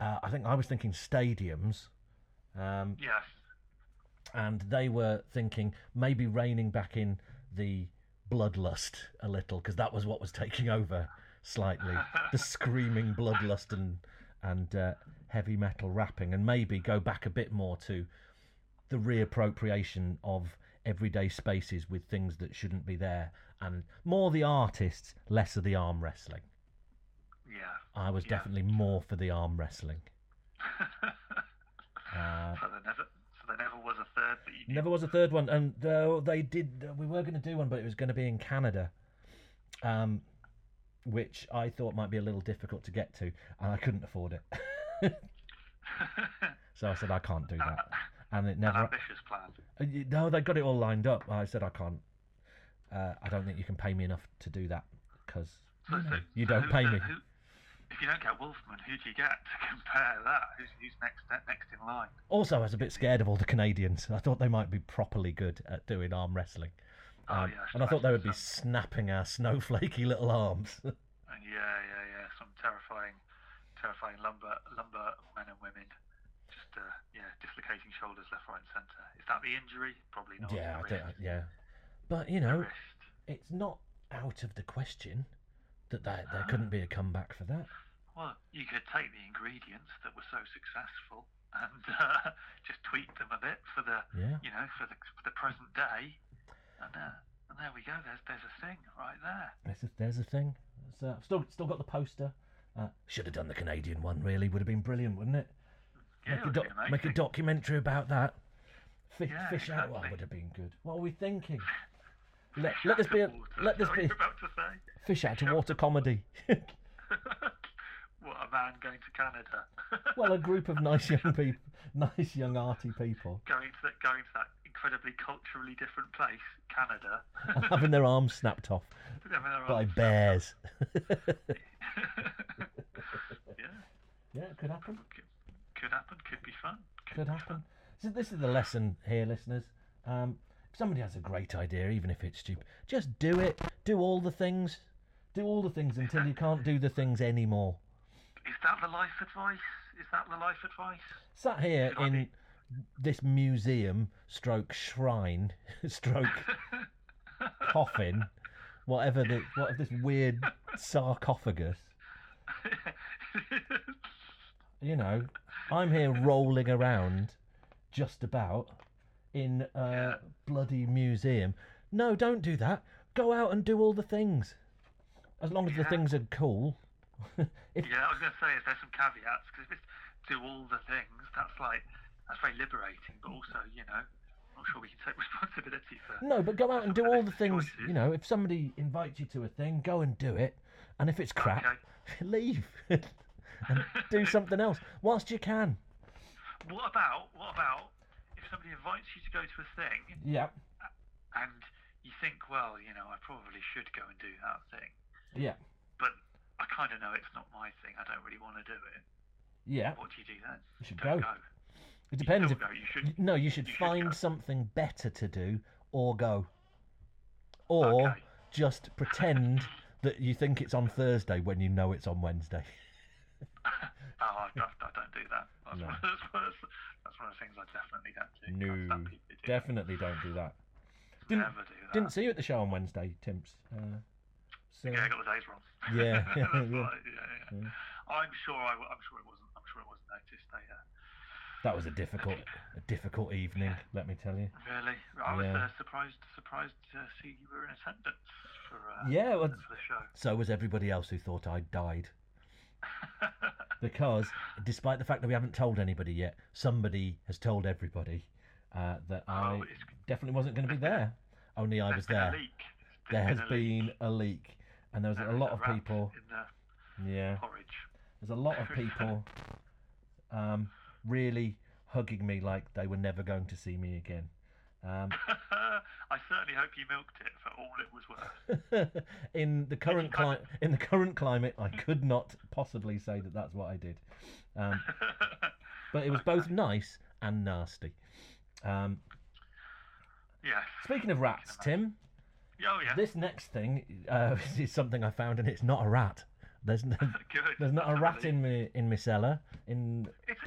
A: uh, I think, I was thinking stadiums. Um,
D: yes
A: and they were thinking maybe reining back in the bloodlust a little because that was what was taking over slightly the screaming bloodlust and and uh, heavy metal rapping and maybe go back a bit more to the reappropriation of everyday spaces with things that shouldn't be there and more the artists less of the arm wrestling
D: yeah
A: i was
D: Yeah.
A: definitely more for the arm wrestling uh,
D: so there never so there never was a third that you
A: Never was a third one, and uh, they did. We were going to do one, but it was going to be in Canada, um, which I thought might be a little difficult to get to, and I couldn't afford it. so I said I can't do that, and it
D: an
A: never.
D: ambitious plan
A: Uh, you- No, they got it all lined up. I said I can't. Uh, I don't think you can pay me enough to do that because
D: so, so,
A: you
D: so
A: don't
D: who's
A: pay
D: the-
A: me.
D: who, if you don't get Wolfman, who do you get to compare that? Who's, who's next next in line?
A: Also, I was a bit scared of all the Canadians. I thought they might be properly good at doing arm wrestling.
D: Oh,
A: Um,
D: yeah, I should
A: and I thought they would be
D: imagine
A: snapping our snowflakey little arms.
D: Oh, And yeah, yeah, yeah. Some terrifying, terrifying lumber, lumber men and women. Just uh, yeah, dislocating shoulders left, right, and centre. Is that the injury? Probably not.
A: Yeah, I
D: The
A: don't,
D: wrist.
A: yeah. But you
D: The
A: know,
D: wrist.
A: it's not out of the question that there, there
D: Ah.
A: couldn't be a comeback for that.
D: Well, you could take the ingredients that were so successful and uh, just tweak them a bit for the,
A: Yeah.
D: you know, for the, for the present day. And uh, and there we go. There's there's a thing right there.
A: There's a, there's a thing. It's, uh, I've still still got the poster. Uh, Should have done the Canadian one. Really, would have been brilliant, wouldn't it?
D: Yeah,
A: make, a
D: it would be
A: doc- make a
D: amazing.
A: documentary about that. Fish,
D: Yeah,
A: fish out. Well,
D: exactly.
A: would have been good. What are we thinking? Let, let this be a,
D: Water,
A: let this
D: sorry,
A: be
D: you're about to say.
A: fish out to water comedy.
D: what a man going to Canada.
A: well, a group of nice young people, nice young arty people,
D: going to that going to that incredibly culturally different place, Canada.
A: and having their arms snapped off
D: Them and their
A: by
D: own-
A: bears.
D: yeah,
A: Yeah, it could happen.
D: could, could happen. Could be fun.
A: Could
D: be
A: happen. So this is the lesson here, listeners. Um, if somebody has a great idea, even if it's stupid, just do it. Do all the things. Do all the things until you can't do the things anymore.
D: fun. Is that the life advice? Is that the life advice?
A: Sat here
D: Should I
A: in
D: be-
A: this museum stroke shrine stroke coffin, whatever the what of this weird sarcophagus. You know, I'm here rolling around, just about, in a
D: Yeah.
A: bloody museum. No, don't do that. Go out and do all the things. As long as the things are cool. if
D: Yeah, I was going to say, is there some caveats? Because if it's do all the things, that's like that's very liberating, but also you know I'm sure we can take responsibility for.
A: No, but go out and do all the things.
D: choices.
A: You know, if somebody invites you to a thing, go and do it. And if it's crap,
D: Okay.
A: leave and do something else whilst you can.
D: What about what about if somebody invites you to go to a thing
A: Yeah,
D: and you think, well, you know, I probably should go and do that thing,
A: yeah,
D: but I kind of know it's not my thing. I don't really want to do it.
A: yeah.
D: What do you do then?
A: You should
D: Don't
A: go.
D: go.
A: It depends
D: still
A: if
D: go, you should-
A: no, you should
D: you should
A: find
D: go.
A: something better to do or go, or
D: Okay.
A: just pretend that you think it's on Thursday when you know it's on Wednesday.
D: Oh, I, I, I don't do that. That's,
A: No.
D: one of, that's, one of, that's one of the things I definitely don't do. Can't stand people who do that.
A: definitely don't do that. Didn't
D: Never do that.
A: didn't see you at the show on Wednesday, Timps. Uh, so
D: Yeah, I got the days wrong.
A: Yeah,
D: That's
A: yeah,
D: right,
A: yeah.
D: yeah, yeah. I'm sure. I, am sure it wasn't. I'm sure it wasn't noticed. They, uh,
A: that was a difficult, a difficult evening. Let me tell you.
D: really, I was
A: Yeah.
D: uh, surprised. Surprised to see you were in attendance for. Uh,
A: Yeah, well-
D: for the show.
A: So was everybody else who thought I died. Because, despite the fact that we haven't told anybody yet, somebody has told everybody uh, that I
D: Oh, it's-
A: definitely wasn't going to be there. Only I was
D: There's been a
A: there.
D: leak. There's
A: There has
D: a leak.
A: been a leak, and there was
D: There
A: a
D: is
A: lot of
D: rat
A: people.
D: in the
A: Yeah,
D: porridge.
A: there's a lot of people um, really hugging me like they were never going to see me again. Um,
D: I certainly hope you milked it for all it was worth.
A: in the current cli- in the current climate, I could not possibly say that that's what I did. Um, but it was both nice and nasty. Um,
D: Yes.
A: speaking of rats, Tim,
D: Oh yeah.
A: this next thing uh, is something I found, and it's not a rat. There's no,
D: Good.
A: there's not a
D: That's
A: rat
D: relief.
A: in me in my cellar. In
D: It's,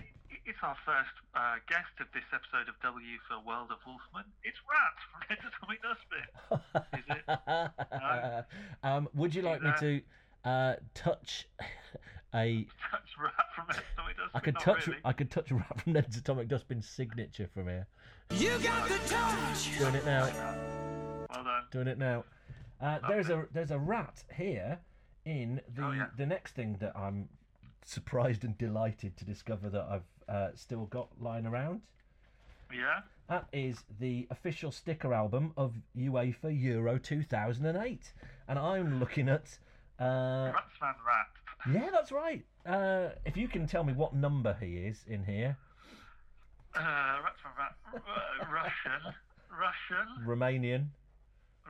D: it's our first uh, guest of this episode of W for World of Wolfman. It's Rat from Entertainment Dustbin. Is it?
A: um, would you like me to uh, touch a?
D: That's Rat from Entertainment Dustbin.
A: I could
D: Not
A: touch
D: Really.
A: I could touch a rat from Ned's Atomic Dustbin's signature from here.
C: You got the touch.
A: Doing it now.
D: Well done.
A: doing it now. Uh, there's a there's a rat here in the
D: Ah, Oh, yeah.
A: the next thing that I'm surprised and delighted to discover that I've uh, still got lying around.
D: Yeah.
A: That is the official sticker album of UEFA Euro 2008, and I'm looking at. Uh,
D: Ratsman Rat.
A: yeah, that's right. Uh, if you can tell me what number he is in here,
D: Uh, Ratsman Rat. R- Russian. Russian.
A: Romanian.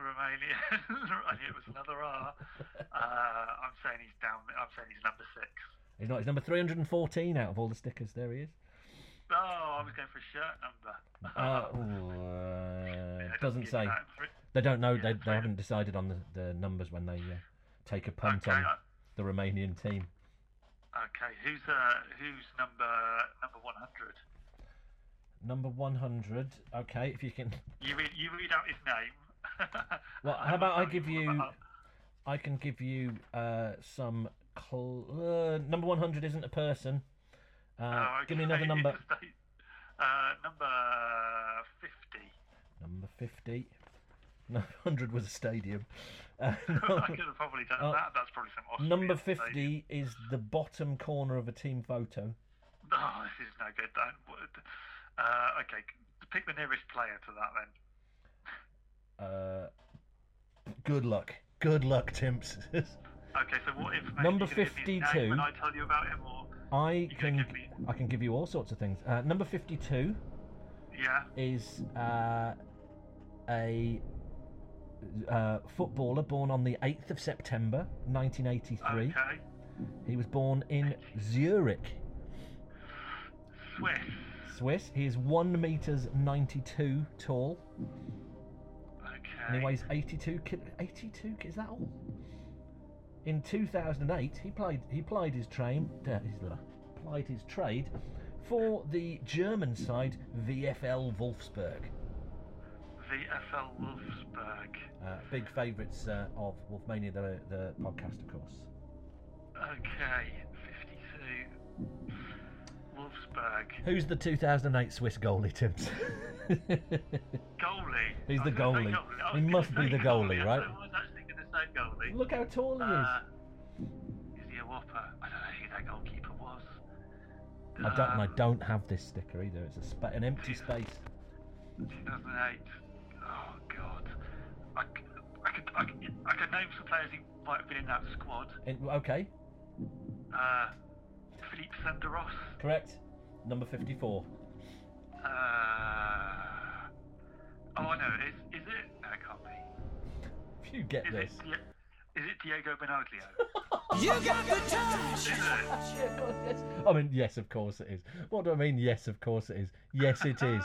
D: Romanian. I knew it was another R. Uh, I'm saying he's down. I'm saying he's number six.
A: He's not. He's number 314 out of all the stickers. There he is.
D: Oh, I was going for a shirt number. Ah.
A: Uh, ooh, uh,
D: Yeah,
A: doesn't
D: give you
A: say.
D: that. Three-
A: They don't know.
D: Yeah,
A: they they
D: fair.
A: haven't decided on the, the numbers when they uh, take a punt
D: Okay,
A: on
D: I-
A: the Romanian team.
D: Okay, who's uh, who's number number one hundred?
A: Number one hundred. Okay, if you can.
D: You read you read out his name.
A: Well,
D: And
A: how about I
D: we'll
A: give
D: tell
A: you?
D: about-
A: I can give you uh, some. Cl- uh, number one hundred isn't a person. Uh,
D: Oh,
A: Give me
D: okay,
A: another number.
D: it's a state- Uh, number fifty.
A: Number fifty. No, hundred was a stadium. Uh,
D: I could have probably done
A: Oh.
D: that. That's probably some Austrian
A: number
D: state.
A: fifty is the bottom corner of a team photo.
D: No, Oh, this is no good. Don't. what- Uh, okay, pick the nearest player to that then.
A: Uh, good luck. Good luck, Timps.
D: Okay, so what information?
A: Number
D: are you gonna give me his
A: 52.
D: name When I tell you about him, or
A: I
D: You can
A: can
D: give me-
A: I can give you all sorts of things. Uh, number fifty-two
D: yeah,
A: is uh, a uh, footballer born on the eighth of September, nineteen eighty-three.
D: okay,
A: He was born in Zurich,
D: Swiss.
A: Swiss. He is one meters ninety-two tall.
D: Okay.
A: And he weighs eighty-two. Ki- eighty-two? ki- Is that all? In two thousand and eight, he played he plied his train uh, his, uh, plied his trade for the German side VfL Wolfsburg.
D: VFL Wolfsburg.
A: Uh, big favourites uh, of Wolfmania, the, the podcast, of course.
D: Okay, 52. Wolfsburg.
A: Who's the 2008 Swiss goalie, Tim?
D: Goalie.
A: He's
D: I
A: the
D: was gonna
A: goalie. He
D: say goalie. I was gonna
A: must be
D: say
A: the goalie, right?
D: I was actually going to say goalie.
A: Look how tall he is.
D: Uh, is he a whopper? I don't know who that goalkeeper was.
A: I don't, and I
D: Um,
A: don't have this sticker either. It's a spa- an empty space.
D: 2008. Oh God, I, c- I could I, could- I could name some players who might have been in that squad.
A: In- okay,
D: Uh, Philippe Senderos.
A: correct. Number 54.
D: Uh, oh, I know. Is is it? No, it can't be.
A: If you get
D: Is
A: this.
D: it? Di- Is it Diego Benaglio? is it?
A: I mean, yes, of course it is. What do I mean, yes, of course it is? Yes, it is.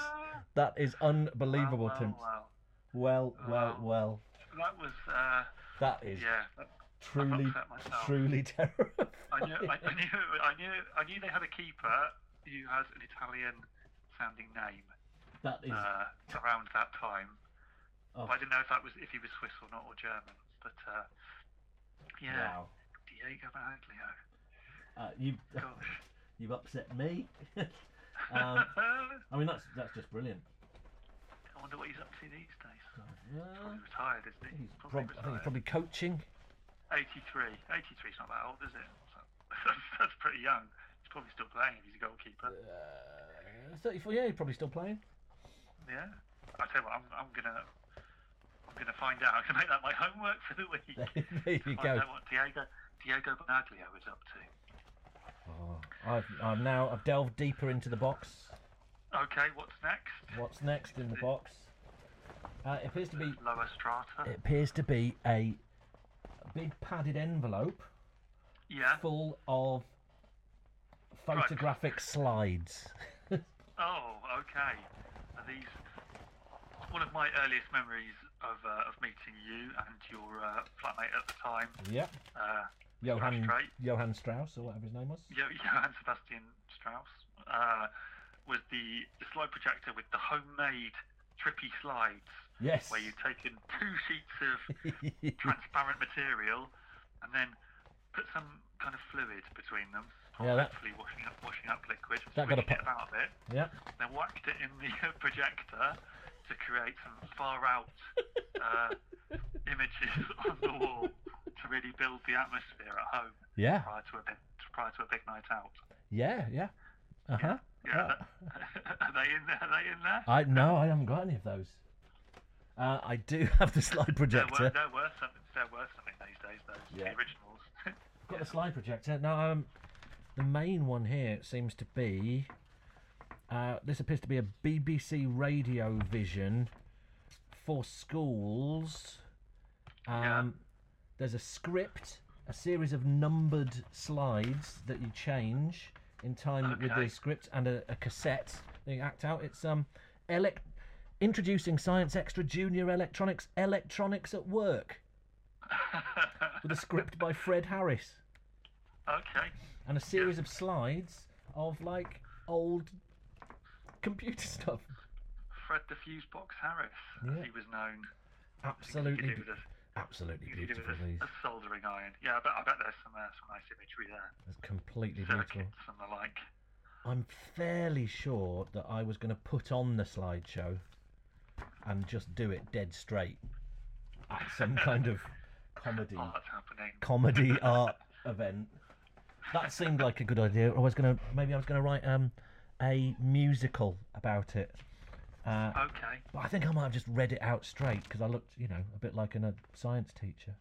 A: That is unbelievable,
D: Wow,
A: Tim.
D: Oh, wow,
A: Well, well,
D: Wow.
A: well.
D: wow. That was uh,
A: That is
D: yeah. that-
A: truly,
D: upset myself.
A: truly terrible.
D: I knew, I, I knew, I knew, I knew they had a keeper who has an Italian-sounding name
A: That is.
D: uh, around that time.
A: Oh.
D: But I didn't know if that was if he was Swiss or not or German. But uh, yeah,
A: Wow.
D: Diego Benaglio.
A: Uh, you,
D: Gosh.
A: you've upset me. um, I mean, that's that's just brilliant.
D: I wonder what he's up to these days.
A: Uh,
D: He's retired, isn't he?
A: he's
D: Probably
A: prob- I think he's probably
D: retired.
A: coaching.
D: 83. 83 is not that old, is it? So- That's pretty young. He's probably still playing if he's a goalkeeper.
A: Uh, 34, yeah, he's probably still playing.
D: Yeah. I tell you what, I'm, I'm gonna, I'm gonna find out. I'm gonna make that my homework for the week.
A: There you
D: find
A: go.
D: out what Diego, Diego Bernaglio is up to.
A: Oh, I've, I've now I've delved deeper into the box.
D: Okay, what's next?
A: What's next in the box? Uh, it appears to be
D: Lower strata.
A: it appears to be a big padded envelope
D: Yeah.
A: full of photographic slides.
D: Oh, okay. Are these one of my earliest memories of uh, of meeting you and your uh, flatmate at the time,
A: yep.
D: uh,
A: Johann
D: Straight.
A: Johann Strauss or whatever his name was.
D: Jo- Johann Sebastian Strauss, uh, was the, the slide projector with the homemade trippy slides,
A: Yes.
D: where you've taken two sheets of transparent material and then put some kind of fluid between them.
A: Yeah, that-
D: Hopefully washing up, washing up liquid.
A: That got a
D: squished it
A: po-
D: about a bit,
A: yep.
D: then whacked it in the uh, projector to create some far out uh, images on the wall to really build the atmosphere at home
A: Yeah.
D: prior to a big, prior to a big night out.
A: Yeah. Yeah. Uh huh.
D: Yeah, are they in there? Are they in there?
A: I no, I haven't got any of those. Uh, I do have the slide
D: There were,
A: projector.
D: there were some, there were something these days, those
A: Yeah.
D: the originals.
A: I've got the slide projector. Now, um, the main one here seems to be. Uh, this appears to be a BBC Radio Vision for schools. Um,
D: Yeah.
A: There's a script, a series of numbered slides that you change in time with
D: Okay.
A: the script, and a, a cassette that you act out. It's um, elec- introducing science extra junior electronics electronics at work with a script by Fred Harris
D: okay.
A: and a series of slides of like old computer stuff.
D: Fred the Fuse Box Harris,
A: Yeah.
D: as he was known.
A: Absolutely,
D: You could do with a-
A: absolutely
D: you could do
A: beautiful.
D: with
A: These,
D: a, a soldering iron. Yeah, I bet, I bet there's some, uh, some nice imagery there.
A: it's completely beautiful.
D: Circuits and the like.
A: I'm fairly sure that I was going to put on the slideshow and just do it dead straight at some kind of comedy
D: Art's happening.
A: comedy art event. That seemed like a good idea. I was going to maybe I was going to write um a musical about it. Uh,
D: Okay.
A: But I think I might have just read it out straight because I looked, you know, a bit like an, a science teacher.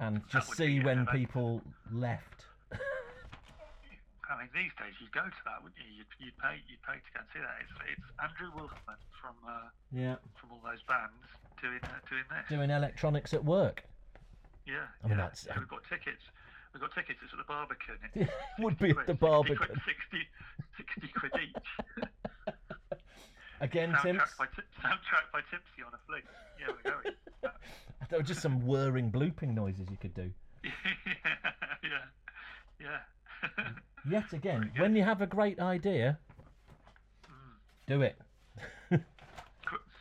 A: And just
D: would
A: see
D: be a
A: when
D: better-
A: people left.
D: I mean, these days you'd go to that, wouldn't you? You'd, you'd pay, you'd pay to go and see that. It's, it's Andrew Wolfman from uh,
A: Yeah.
D: from all those bands doing uh, doing this.
A: Doing electronics at work
D: Yeah.
A: I mean,
D: yeah.
A: that's- um,
D: Yeah, we've got tickets. We've got tickets. It's at the Barbican. It's
A: would be at
D: 60
A: the
D: quid-
A: Barbican.
D: 60, 60 quid each.
A: Again, Tim.
D: soundtrack, by Ti- soundtrack by Tipsy on a flute. Yeah, we're going.
A: There were just some whirring, blooping noises you could do.
D: yeah. Yeah.
A: Yet again, when you have a great idea,
D: Hmm.
A: do it.
D: Gr-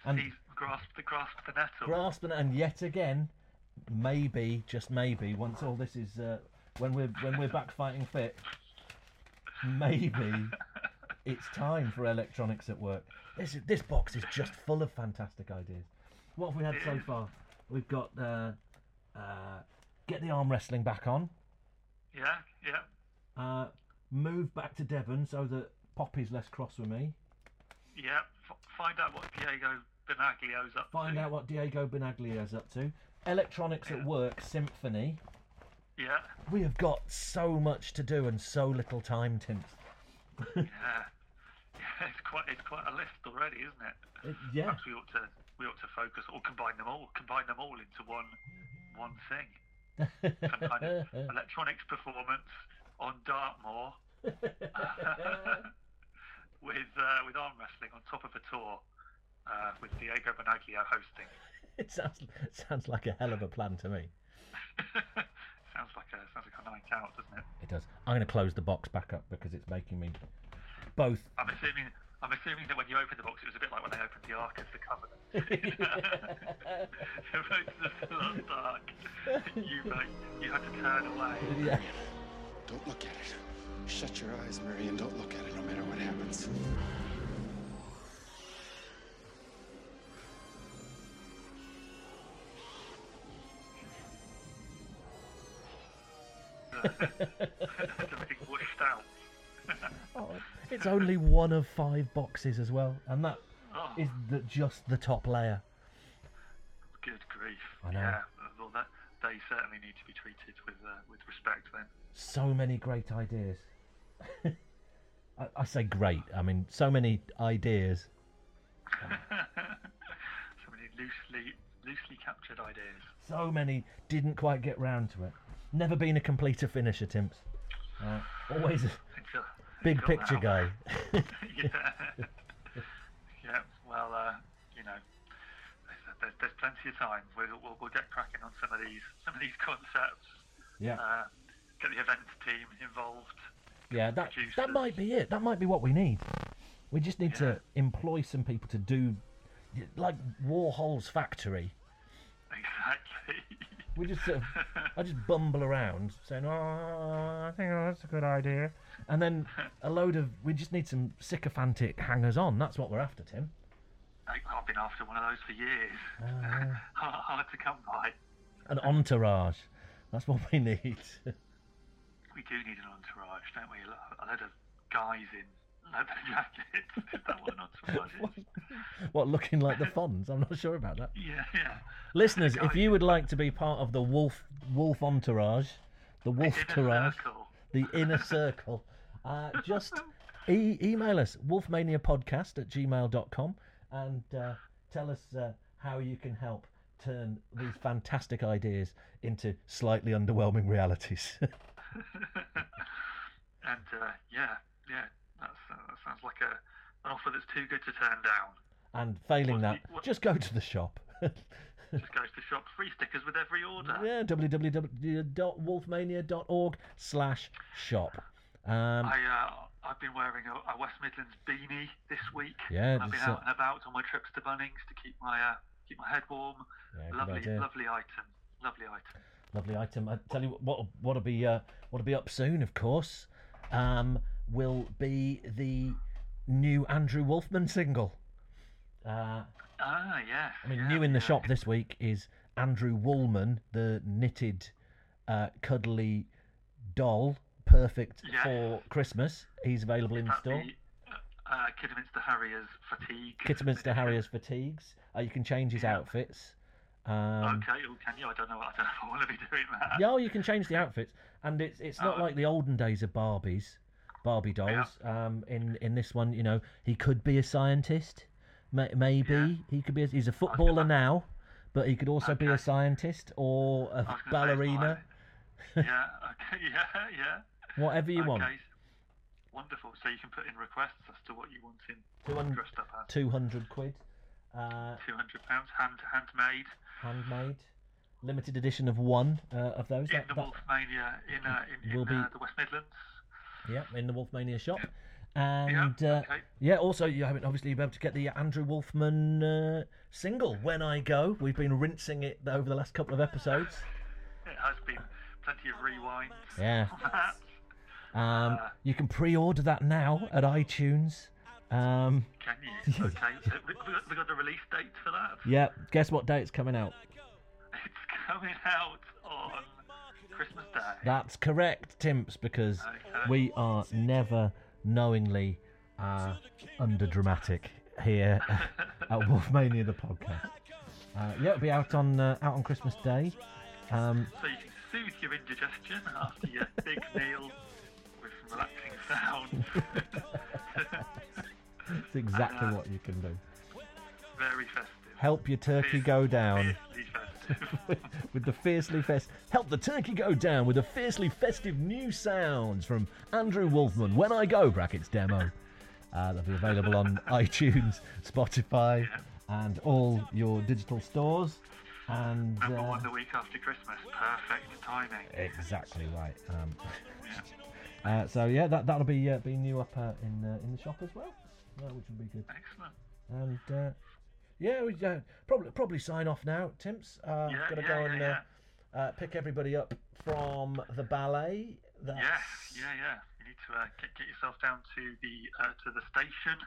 A: And-
D: He's grasped the, grasp the nettle.
A: Grasp and, and yet again, maybe, just maybe, once all this is, uh, when we're when we're back fighting fit, maybe it's time for electronics at work. This is- this box is just full of fantastic ideas. What have we had so far? We've got uh, uh, get the arm wrestling back on.
D: yeah, yeah.
A: Uh, move back to Devon so that Poppy's less cross with me.
D: Yeah, f- find out what Diego Benaglio's up
A: Find
D: to.
A: out what Diego Benaglio's up to. Electronics at Work Symphony.
D: Yeah,
A: We have got so much to do and so little time, Tim.
D: yeah, yeah. It's quite it's quite a list already, isn't it?
A: It- yeah.
D: Perhaps we ought to we ought to focus or combine them all, combine them all into one one thing. Some kind of electronics performance on Dartmoor with uh, with arm wrestling on top of a tour uh, with Diego Benaglio hosting.
A: it sounds sounds like a hell of a plan to me.
D: sounds like a sounds like a night out, doesn't it?
A: It does. I'm going to close the box back up because it's making me both.
D: I'm assuming I'm assuming that when you opened the box, it was a bit like when I opened the Ark of the Covenant. it was the last Ark. You uh, you had to turn away.
A: Yeah.
F: Don't look at it. Shut your eyes, Mary, and don't look at it no matter what happens.
D: Everything washed out.
A: Oh, it's only one of five boxes as well, and that
D: Oh,
A: is the, just the top layer.
D: good grief!
A: I know.
D: Yeah, well, that they certainly need to be treated with uh, with respect then.
A: So many great ideas. I, I say great. I mean, so many ideas.
D: so many loosely loosely captured ideas.
A: So many didn't quite get round to it. Never been a completer finisher, Timps. Uh, always a
D: Until-
A: big
D: until
A: picture
D: now.
A: guy.
D: yeah. yeah. Well, uh, you know, there's, there's, there's plenty of time. We'll, we'll, we'll get cracking on some of these some of these concepts.
A: yeah.
D: Uh, get the events team involved.
A: Yeah, that that
D: producers.
A: might be it. That might be what we need. We just need
D: Yeah.
A: to employ some people to do, like Warhol's factory.
D: Exactly.
A: We just sort of, I just bumble around saying, "Oh, I think that's a good idea," and then a load of we just need some sycophantic hangers-on. That's what we're after, Tim.
D: Like, I've been after one of those for years.
A: Oh,
D: hard, hard to come by.
A: An entourage. That's what we need.
D: We do need an entourage, don't we? A load of guys in leather jackets. Is that what an entourage is?
A: what looking like the Fonz? I'm not sure about that.
D: Yeah, yeah.
A: Listeners,
D: Guys
A: if you would like to be part of the wolf wolf entourage, the wolf
D: Inner
A: tourage.
D: circle.
A: the inner circle. Uh, just e- email us, wolfmaniapodcast at gmail.com, and uh, tell us uh, how you can help turn these fantastic ideas into slightly underwhelming realities.
D: And uh, yeah, yeah, that's, uh, that sounds like a, an offer that's too good to turn down.
A: and failing that,
D: What's the- what-
A: just go to the shop.
D: Just goes to shop free stickers with every order.
A: yeah, www.wolfmania.org slash shop. Um,
D: I uh, I've been wearing a, a West Midlands beanie this week.
A: Yeah,
D: I've been
A: this, uh,
D: out and about on my trips to Bunnings to keep my uh, keep my head warm.
A: Yeah, good
D: lovely,
A: idea.
D: lovely item, lovely item.
A: Lovely item. I tell you what, what'll be uh, what'll be up soon, of course, um, will be the new Andrew Wolfman single. Uh,
D: Ah, yes.
A: I mean,
D: yeah,
A: new in the
D: yeah.
A: shop this week is Andrew Woolman, the knitted, uh, cuddly doll, perfect
D: Yeah.
A: for Christmas. He's available in
D: That
A: store.
D: the, uh, Kidderminster Harriers fatigue.
A: Kidderminster Harriers fatigues. Uh, you can change his
D: Yeah.
A: outfits. Um,
D: Okay, oh, can you? I don't know. I don't know if I want to be doing that.
A: Yeah, oh, you can change the outfits, and it's it's not
D: Oh.
A: like the olden days of Barbies, Barbie dolls. Um, in in this one, you know, he could be a scientist, may, maybe
D: Yeah.
A: he could be. A, he's a footballer now, but he could also be a
D: Okay.
A: scientist or a
D: I was gonna say,
A: ballerina,
D: fine. yeah. Okay. Yeah. Yeah.
A: whatever you
D: okay.
A: want.
D: Wonderful. So you can put in requests as to what you want him
A: Two hun-
D: dressed up as.
A: Two hundred quid, uh,
D: Two hundred pounds, hand handmade
A: handmade, limited edition of one uh, of those.
D: in
A: That-
D: the
A: that-
D: Wolfmania in uh, in, in
A: will be-
D: uh, the West Midlands.
A: Yeah, in the Wolfmania shop. And
D: Yeah,
A: uh,
D: okay.
A: yeah, also you haven't obviously you'll be able to get the Andrew Wolfman uh, single "When I Go." We've been rinsing it over the last couple of episodes.
D: It has been plenty of rewinds.
A: Yeah,
D: Uh.
A: um, you can pre-order that now at iTunes. Um,
D: Can you? Okay. So we, we, got, we got the release date for that.
A: yeah, guess what day it's coming out?
D: It's coming out on Christmas Day.
A: That's correct, Timps, because
D: Okay.
A: we are never knowingly uh, under dramatic. here at Wolfmania the podcast. Uh, yeah, it'll be out on uh, out on Christmas Day. Um,
D: So you can soothe your indigestion after your big meal with some relaxing sounds.
A: it's exactly what you can do.
D: Very festive.
A: Help your turkey go down
D: Fiercely festive.
A: with the fiercely fest. Help the turkey go down with the fiercely festive new sounds from Andrew Wolfman. When I go brackets demo. Uh, they'll be available on iTunes, Spotify, and all your digital stores. And
D: Number
A: uh,
D: one the week after Christmas. Perfect timing.
A: Eh. Exactly right. Um, uh, so yeah, that that'll be uh, be new up uh, in uh, in the shop as well, uh, which will be good.
D: Excellent.
A: And uh, yeah, we uh, probably probably sign off now, Timps. Uh,
D: Yeah,
A: Got to
D: yeah,
A: go
D: yeah,
A: and
D: yeah.
A: Uh, uh, pick everybody up from the ballet. That's,
D: Yes, yeah, yeah. You need to uh, get, get yourself down to the uh, to the station.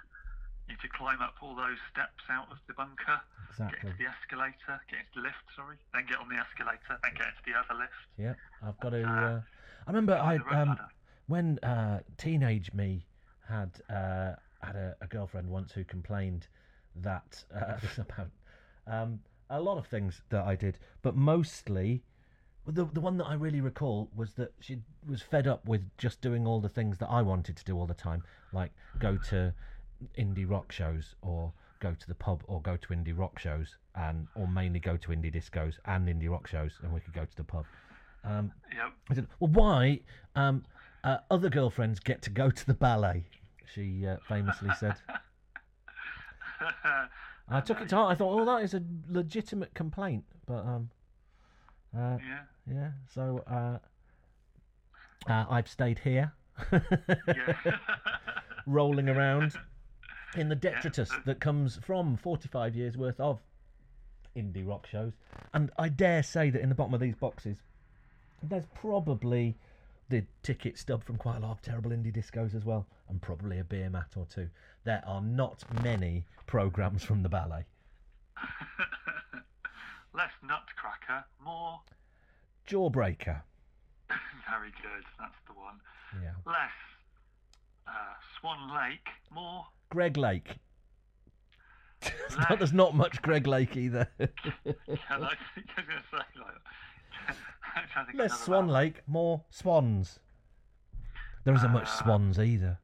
D: You need to climb up all those steps out of the bunker. Get
A: Exactly.
D: into the escalator. Get into the lift. Sorry. Then get on the escalator. Then get into the other lift.
A: Yeah, I've got to. Uh, I remember I
D: the road
A: um,
D: ladder.
A: when uh, teenage me had uh, had a, a girlfriend once who complained that uh, about um, a lot of things that I did, but mostly. The, the one that I really recall was that she was fed up with just doing all the things that I wanted to do all the time, like go to indie rock shows or go to the pub or go to indie rock shows and or mainly go to indie discos and indie rock shows and we could go to the pub. Um,
D: Yep.
A: I said, "Well, why um, uh, other girlfriends get to go to the ballet?" She uh, famously said. I took it to heart. I thought, "Oh, that is a legitimate complaint," but um, uh,
D: yeah.
A: yeah. So uh, uh, I've stayed here, rolling around in the detritus that comes from forty-five years worth of indie rock shows, and I dare say that in the bottom of these boxes, there's probably the ticket stub from quite a lot of terrible indie discos as well, and probably a beer mat or two. There are not many programs from the ballet.
D: Less nutcracker, more.
A: Jawbreaker.
D: Very good. That's the one.
A: Yeah.
D: Less uh, Swan Lake, more.
A: Greg Lake.
D: Less,
A: But there's not much Greg Lake either.
D: I was gonna say, like, I'm trying to think
A: Less
D: another
A: Swan
D: one.
A: Lake, more swans. There isn't
D: Uh,
A: much swans either.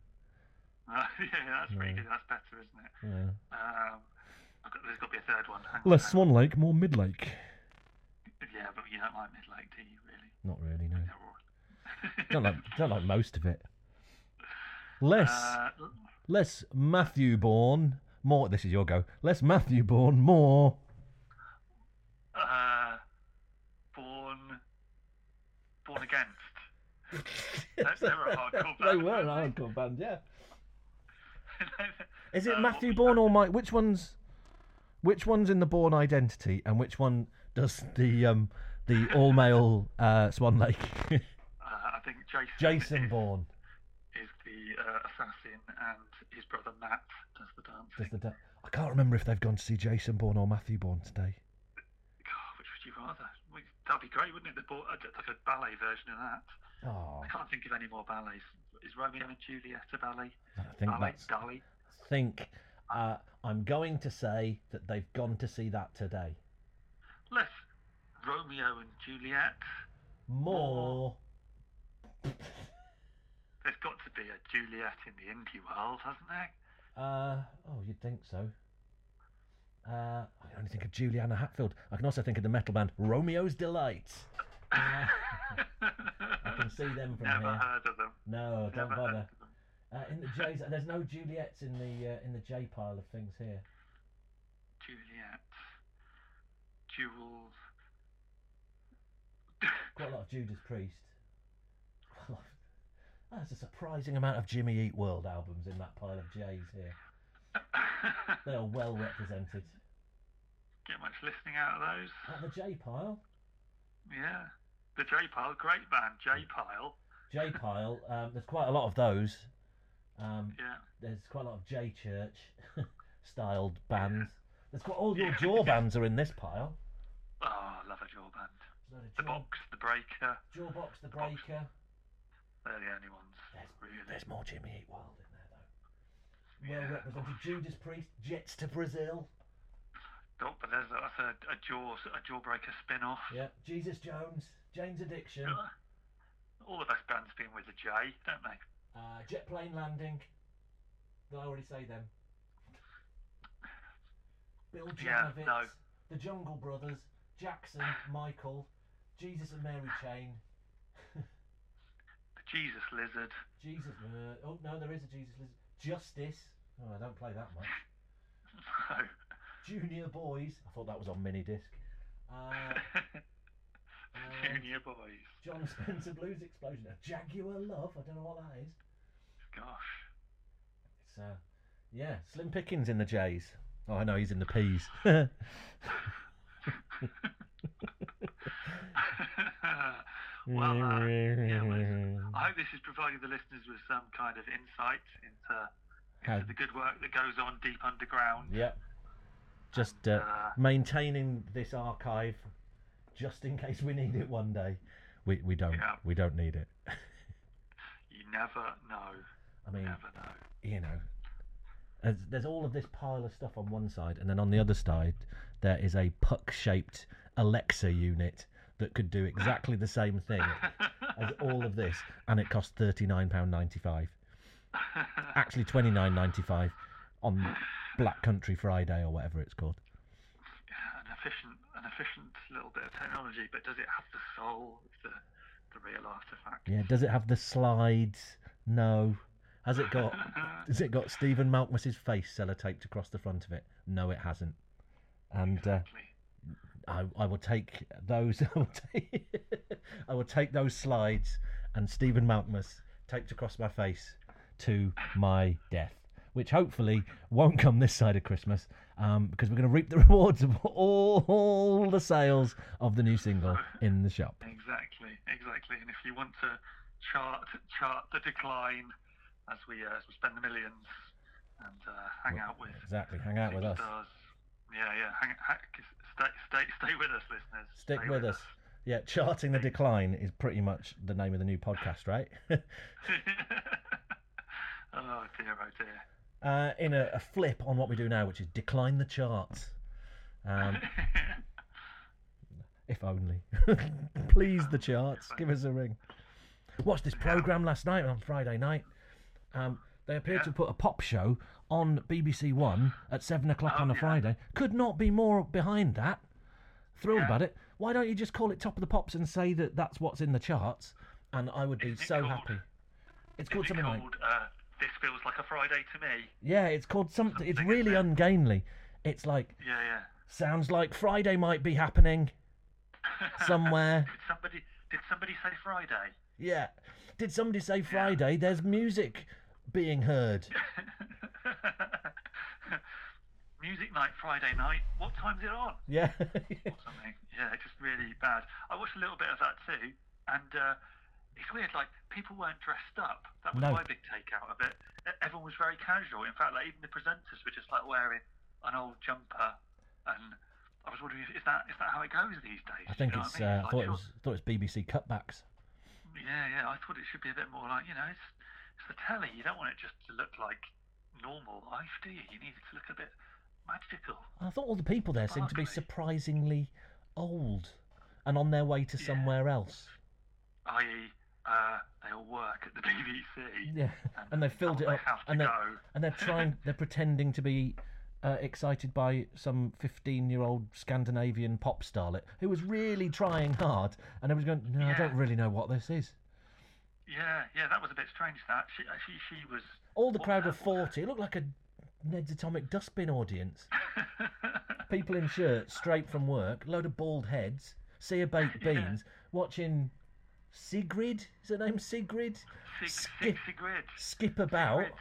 D: yeah, that's pretty good. That's better, isn't it? Um, I've got, there's got to be a third one. Hang on,
A: Less
D: hang
A: Swan Lake, more Mid Lake.
D: on. Yeah, but you don't like Midlake, do you? Really?
A: Not really, no.
D: They're all-
A: Don't like, don't like most of it. Less,
D: Uh,
A: less Matthew Bourne, more. This is your go. Less Matthew Bourne, more.
D: uh, born, born against. They- they were a hardcore
A: they
D: band,
A: were a
D: weren't
A: hardcore band, yeah.
D: they?
A: Is it
D: Uh,
A: Matthew
D: what-
A: Bourne or Mike? Which one's which one's in the Bourne identity, and which one does the um the all male uh, Swan Lake?
D: Uh, I think Jason.
A: Jason
D: is,
A: Bourne
D: is the uh, assassin, and his brother Matt does the
A: does
D: dancing.
A: the. Da- I can't remember if they've gone to see Jason Bourne or Matthew Bourne today.
D: God, which would you rather? Well, That'd be great, wouldn't it? The bo- uh, like a ballet version of that.
A: Oh,
D: I can't think of any more ballets. Is Romeo and Juliet a ballet?
A: I think
D: ballet,
A: that's.
D: dolly.
A: I think uh, I'm going to say that they've gone to see that today.
D: Less Romeo and Juliet.
A: More.
D: There's got to be a Juliet in the indie world, hasn't there?
A: Uh, oh, you'd think so. Uh, I can only think of Juliana Hatfield. I can also think of the metal band Romeo's Delight. Uh, I can see them from
D: Never
A: here.
D: heard of them.
A: No, don't
D: Never heard
A: bother.
D: of them.
A: Uh, in the J's, there's no Juliets in the uh, in the J pile of things here.
D: Juliet. Jewel.
A: Quite a lot of Judas Priest. Quite a lot of- There's a surprising amount of Jimmy Eat World albums in that pile of J's here. They are well represented.
D: Get much listening out of those?
A: At the J pile,
D: Yeah. The J Pile, great band. J Pile.
A: J pile, um, there's quite a lot of those. Um,
D: Yeah.
A: there's quite a lot of J Church styled bands. There's quite all your jaw bands are in this pile.
D: Oh, I love a jaw band.
A: There's
D: The
A: a lot of
D: Box, The Breaker.
A: jaw, Jawbox, The Breaker.
D: They're the only ones.
A: There's,
D: Really.
A: there's more Jimmy Eat World in there though. well represented. Judas Priest jets to Brazil.
D: Oh, but there's a, that's a, a jaws a jawbreaker spin off.
A: Yeah, Jesus Jones, Jane's Addiction,
D: All the best bands begin with a J, don't they?
A: uh, Jet Plane Landing. Did I already say them? Bill
D: Yeah,
A: Janovitz,
D: no.
A: The Jungle Brothers, Jackson, Michael, Jesus and Mary Chain.
D: The Jesus Lizard.
A: Jesus, uh, oh no, there is a Jesus Lizard. Justice. Oh, I don't play that much. Junior Boys. I thought that was on mini disc. Uh, and
D: Junior boys.
A: John Spencer Blues Explosion. A Jaguar Love. I don't know what that is.
D: Gosh.
A: It's uh, yeah, Slim Pickens in the J's. Oh, I know he's in the P's. yeah,
D: well, uh, yeah, well,
A: Mm-hmm.
D: I hope this is providing the listeners with some kind of insight into,
A: How-
D: into the good work that goes on deep underground.
A: Yep. Just uh, maintaining this archive, just in case we need it one day. We we don't
D: Yeah.
A: we don't need it.
D: You never know.
A: I mean,
D: Never know.
A: you know, as, there's all of this pile of stuff on one side, and then on the other side, there is a puck shaped Alexa unit that could do exactly the same thing as all of this, and it cost £39.95. Actually, £29.95 on Black Country Friday or whatever it's called.
D: An efficient, an efficient little bit of technology, but does it have the soul of the, the real artifact?
A: Yeah, does it have the slides? No. Has it got. Has it got Stephen Malkmus's face sellotaped across the front of it? No, it hasn't. And uh,
D: Exactly.
A: I, I will take those. I will take, I will take those slides and Stephen Malkmus taped across my face to my death, which hopefully won't come this side of Christmas, um, because we're going to reap the rewards of all, all the sales of the new single in the shop.
D: Exactly, exactly. And if you want to chart chart the decline as we uh, as we spend the millions and uh, hang out with
A: Exactly. Hang out with us.
D: superstars. yeah, yeah. Hang, ha- stay, stay, stay with us, listeners.
A: Stick
D: Stay
A: with us. Yeah, charting the decline is pretty much the name of the new podcast, right?
D: oh dear, oh dear.
A: uh, in a, a flip on what we do now, which is decline the charts. Um, if only. Please, the charts. Give us a ring. Watched this program last night on Friday night. Um, they appeared to put a pop show on BBC One at seven o'clock
D: Oh,
A: on a Friday. Could not be more behind that. Thrilled about it. Why don't you just call it Top of the Pops and say that that's what's in the charts? And I would be
D: Is it
A: so
D: called-
A: happy. It's called
D: Is it
A: something like
D: called uh, This Feels Like a Friday to Me?
A: yeah, it's called something. It's
D: Something,
A: really
D: isn't
A: ungainly. It's like
D: Yeah, yeah.
A: sounds like Friday might be happening somewhere.
D: Did somebody did somebody say Friday?
A: Yeah. Did somebody say Friday? There's music being heard.
D: Music night Friday night. What time's it on?
A: Yeah.
D: something. Yeah, it's just really bad. I watched a little bit of that too, and uh, it's weird. Like people weren't dressed up. That was
A: No.
D: my big takeout of it. E- Everyone was very casual. In fact, like even the presenters were just like wearing an old jumper, and I was wondering if is that is that how it goes these days?
A: I think
D: You know
A: it's.
D: what I mean?
A: Uh, I
D: Like,
A: thought it
D: sure-
A: was. Thought it's BBC cutbacks.
D: Yeah, yeah. I thought it should be a bit more like you know, it's it's the telly. You don't want it just to look like normal life, do you? You need it to look a bit magical.
A: I thought all the people there seemed to be
D: Barclay.
A: surprisingly old, and on their way to somewhere else.
D: I.e., uh, they all work at the BBC.
A: Yeah. And they filled it
D: they
A: up,
D: have to
A: and they're
D: go.
A: and they're trying. They're pretending to be. Uh, excited by some 15-year-old Scandinavian pop starlet who was really trying hard, and I was going, "No, I don't
D: Yeah.
A: really know what this is."
D: Yeah, yeah, that was a bit strange. That she, uh, she, she was.
A: All the
D: what
A: crowd of
D: level?
A: 40. It looked like a Ned's Atomic Dustbin audience. People in shirts, straight from work, load of bald heads, sea of baked beans, watching Sigrid. Is her name Sigrid? Skip,
D: Sig, Sig, Sigrid.
A: skip about,
D: Sigrid.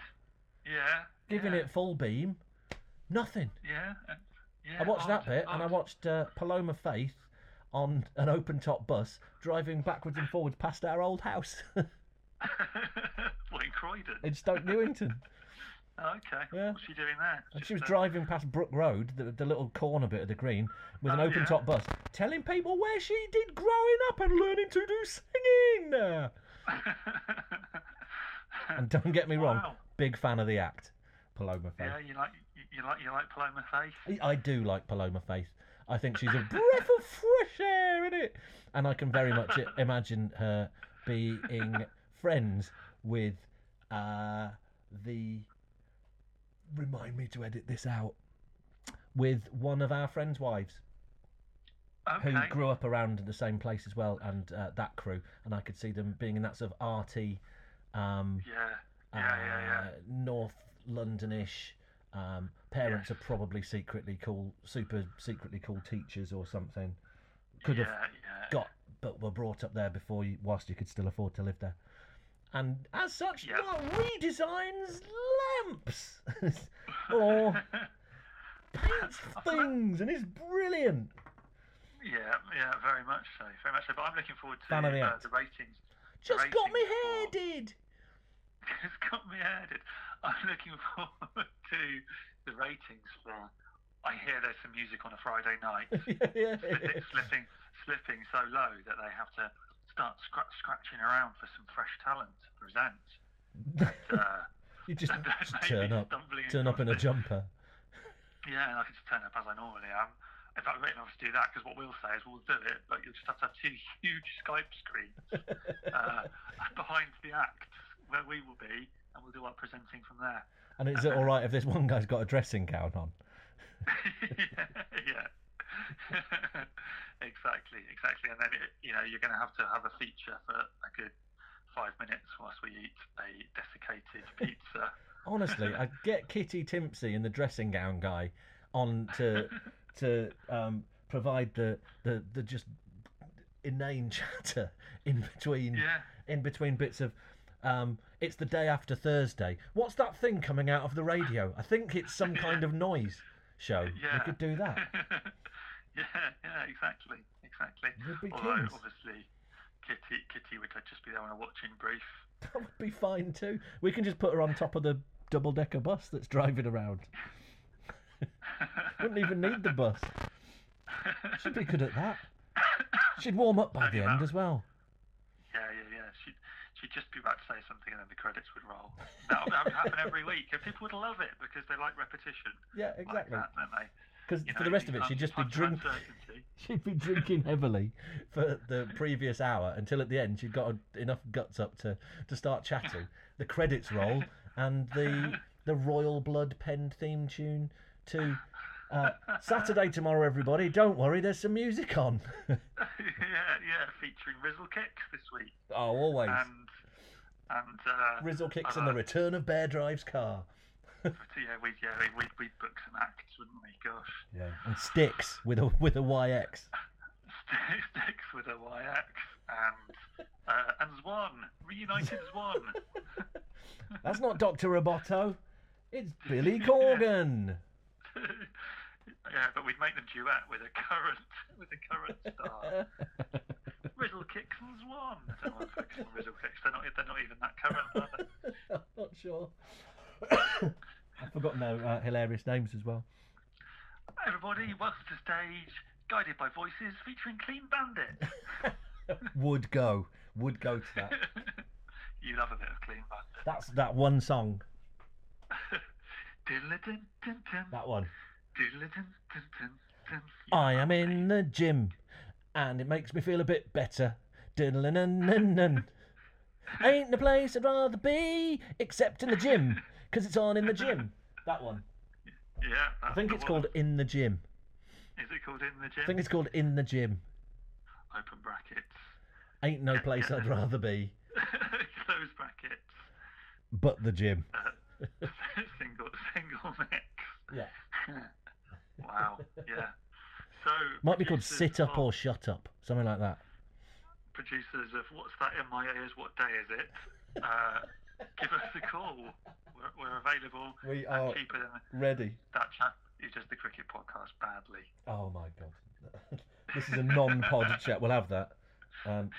D: Yeah.
A: giving
D: yeah,
A: it full beam. Nothing.
D: Yeah. and-
A: I
D: yeah
A: watched that
D: odd,
A: bit and I
D: odd.
A: watched uh, Paloma Faith on an open top bus driving backwards and forwards past our old house
D: well, in Croydon.
A: in Stoke Newington.
D: Oh, okay.
A: Yeah.
D: What's she doing there?
A: And
D: Just,
A: she was
D: uh,
A: driving past Brook Road, the, the little corner bit of the green, with an
D: Oh,
A: open top bus, telling people where she did growing up and learning to do singing. And don't get me wrong,
D: Wow.
A: big fan of the act. Paloma Faith.
D: Yeah, you like you, you like you like Paloma Faith.
A: I- I do like Paloma Faith. I think she's a breath of fresh air in it, and I can very much i- imagine her being friends with uh, the. Remind me to edit this out. With one of our friends' wives who
D: Okay.
A: grew up around the same place as well, and uh, that crew, and I could see them being in that sort of arty, um,
D: yeah. Yeah, yeah, yeah.
A: uh, North Londonish. Um, parents are probably secretly cool, super secretly cool teachers or something. Could
D: yeah,
A: have
D: yeah.
A: got, but were brought up there before you, whilst you could still afford to live there. And as such,
D: Yep.
A: Mark redesigns lamps or paints things, and is brilliant.
D: Yeah, yeah, very much so, very much so. But I'm looking forward to
A: Fan of the
D: uh,
A: act.
D: the ratings.
A: Just got me
D: Ratings
A: hair
D: for-
A: did.
D: It's got me added. I'm looking forward to the ratings for. I hear there's some music on a Friday night.
A: yeah,
D: It's slipping, slipping so low that they have to start scra- scratching around for some fresh talent to present. And, uh,
A: you just,
D: That
A: just
D: made
A: turn
D: me
A: up,
D: stumbling
A: turn up in a
D: across it.
A: jumper.
D: Yeah, and I can just turn up as I normally am. In fact, we don't have to do that because what we'll say is we'll do it, but you'll just have to have two huge Skype screens uh, behind the act where we will be, and we'll do our presenting from there.
A: And is it all right if this one guy's got a dressing gown on?
D: yeah, exactly, exactly. And then it, you know you're going to have to have a feature for a good five minutes whilst we eat a desiccated pizza.
A: Honestly, I get Kitty Timpsy and the dressing gown guy on to to um, provide the, the the just inane chatter in between
D: Yeah.
A: in between bits of. Um, it's the day after Thursday. What's that thing coming out of the radio? I think it's some kind of noise show. We
D: Yeah.
A: could do that.
D: yeah, yeah, exactly, exactly.
A: We'd be
D: Although
A: kings.
D: obviously, Kitty, Kitty would just be there on a watching brief.
A: That would be fine too. We can just put her on top of the double decker bus that's driving around. Wouldn't even need the bus. She'd be good at that. She'd warm up by the end as well.
D: Yeah, yeah, yeah. She'd she'd just be about to say something, and then the credits would roll. That, would- that would happen every week, and people would love it because they like repetition.
A: Yeah,
D: Like
A: exactly.
D: that, don't they?
A: Because
D: You
A: for
D: know,
A: the rest of
D: in
A: it, she'd
D: times-
A: just be
D: times of
A: drink.
D: uncertainty.
A: She'd be drinking heavily for the previous hour until at the end she'd got enough guts up to, to start chatting. The credits roll and the the royal blood penned theme tune to uh, Saturday tomorrow. Everybody, don't worry, there's some music on.
D: yeah, yeah. Featuring Rizzle Kicks this week,
A: oh, always
D: and and uh,
A: Rizzle kicks and the
D: other-
A: return of Bear Drive's car.
D: Yeah, we yeah we we we'd book some acts, wouldn't we? Gosh.
A: Yeah, and sticks with a with a YX.
D: Sticks with a YX and uh, and Zwan reunited Zwan.
A: That's not Doctor Roboto. It's Billy Corgan.
D: yeah, but we'd make them duet with a current with a current star. Riddle kicks and Zwan. I don't want to focus on Riddle kicks. They're not they're not even that current. Are they?
A: I'm not sure. I've forgotten their uh, hilarious names as well.
D: Everybody, welcome to stage. Guided by voices featuring Clean Bandit.
A: Would go, would go to that.
D: you love a bit of Clean Bandit.
A: That's that one song.
D: Diddle-a-dun, dun, dun.
A: That one.
D: Diddle-a-dun, dun, dun, dun.
A: I am in the gym, and it makes me feel a bit better. Diddle-nun-nun-nun. Ain't no place I'd rather be except in the gym, 'cause it's on in the gym. That one.
D: Yeah,
A: I think it's called In the Gym.
D: Is it called in the gym?
A: I think it's called In the Gym.
D: open brackets,
A: Ain't no place I'd rather be
D: close brackets,
A: but the gym.
D: single single mix.
A: Yeah.
D: Wow. Yeah. So
A: Might be called
D: producers
A: Sit Up
D: of-
A: or Shut Up, something like that.
D: producers of what's that in my ears? What day is it? Uh, give us a call. We're, we're available.
A: We
D: and
A: are-
D: cheaper than
A: Ready.
D: that chap who does the cricket podcast badly.
A: Oh my god. this is a non pod chat. We'll have that. Um,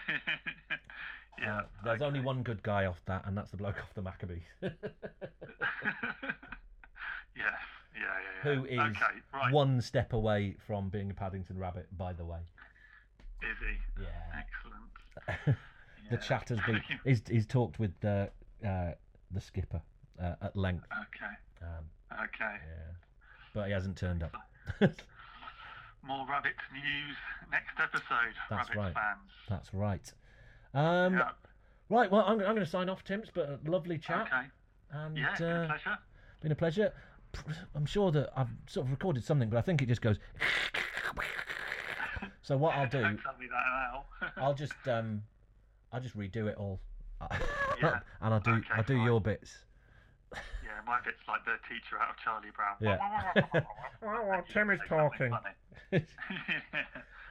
D: yeah.
A: uh, there's only one good guy off that, and that's the bloke off the Maccabees.
D: yes. Yeah, yeah, yeah.
A: who is
D: okay, right.
A: one step away from being a Paddington Rabbit, by the way.
D: Is he?
A: Yeah.
D: Excellent.
A: The chat has been. He's, he's talked with the, uh, the skipper uh, at length.
D: Okay.
A: Um,
D: Okay.
A: yeah. But he hasn't turned up.
D: More rabbit news next episode.
A: That's
D: rabbit
A: right.
D: fans.
A: That's right. Um,
D: Yeah.
A: Right, well, I'm, I'm going to sign off, Tim's, but a lovely chat.
D: Okay.
A: And,
D: Yeah. it's been a
A: uh,
D: pleasure.
A: Been a pleasure. P- I'm sure that I've sort of recorded something, but I think it just goes. so what I'll do,
D: Don't tell me that now.
A: I'll just um, I'll just redo it all,
D: Yeah.
A: and I'll do
D: Okay,
A: I'll do
D: fine.
A: your bits.
D: yeah. My bit's like the teacher out of Charlie Brown.
A: Yeah.
D: Tim is talking.
A: and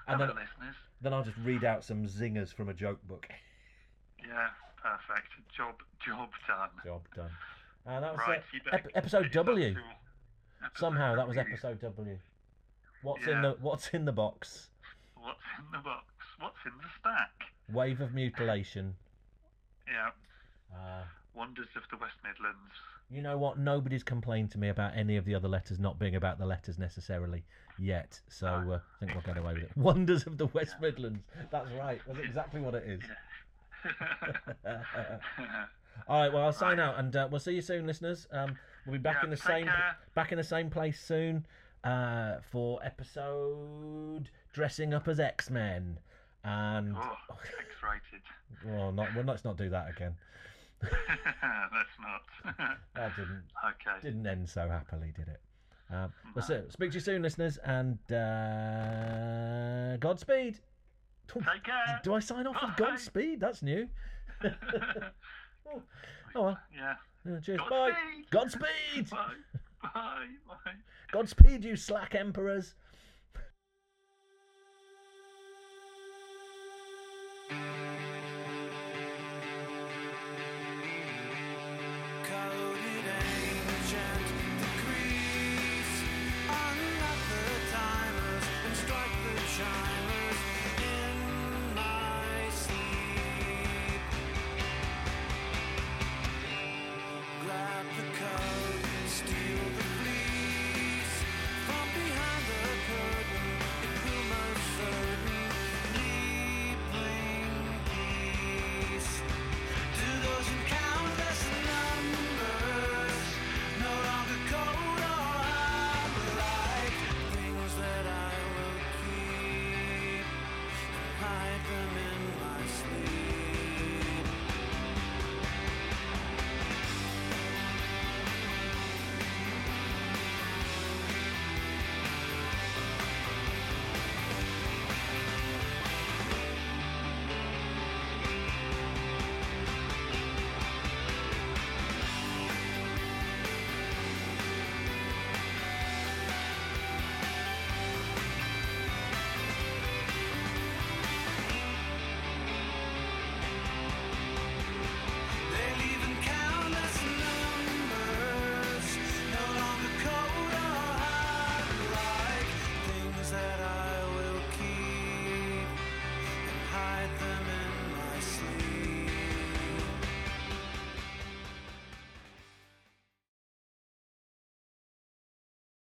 D: Hello,
A: then
D: listeners.
A: then I'll just read out some zingers from a joke book.
D: Yeah. Perfect. Job. Job done.
A: Job done. Uh, that was
D: Right.
A: uh,
D: you better
A: ep-
D: get
A: episode
D: it up
A: W.
D: to- episode
A: Somehow that was
D: W.
A: episode W. What's in
D: Yeah.
A: the What's in the box?
D: What's in the box? What's in the stack?
A: Wave of mutilation.
D: Yeah.
A: Uh,
D: Wonders of the West Midlands.
A: You know what? Nobody's complained to me about any of the other letters not being about the letters necessarily yet. So uh, I think we'll get away with it. Wonders of the West Midlands. That's right. That's exactly what it is. All right. Well, I'll sign out, and uh, we'll see you soon, listeners. Um, we'll be back
D: Yeah,
A: in the
D: take
A: same
D: care.
A: back in the same place soon uh, for episode dressing up as X Men. And
D: oh, X-rated.
A: well, not well, let's not do that again.
D: That's not.
A: That didn't
D: okay.
A: didn't end so happily, did it? Um, well, so, speak to you soon, listeners, and uh, Godspeed.
D: Take care.
A: Do I sign off with
D: Bye.
A: Godspeed? That's new. Oh well,
D: yeah.
A: yeah, cheers. Bye. Godspeed.
D: Bye. Bye. Bye.
A: Godspeed, you slack emperors.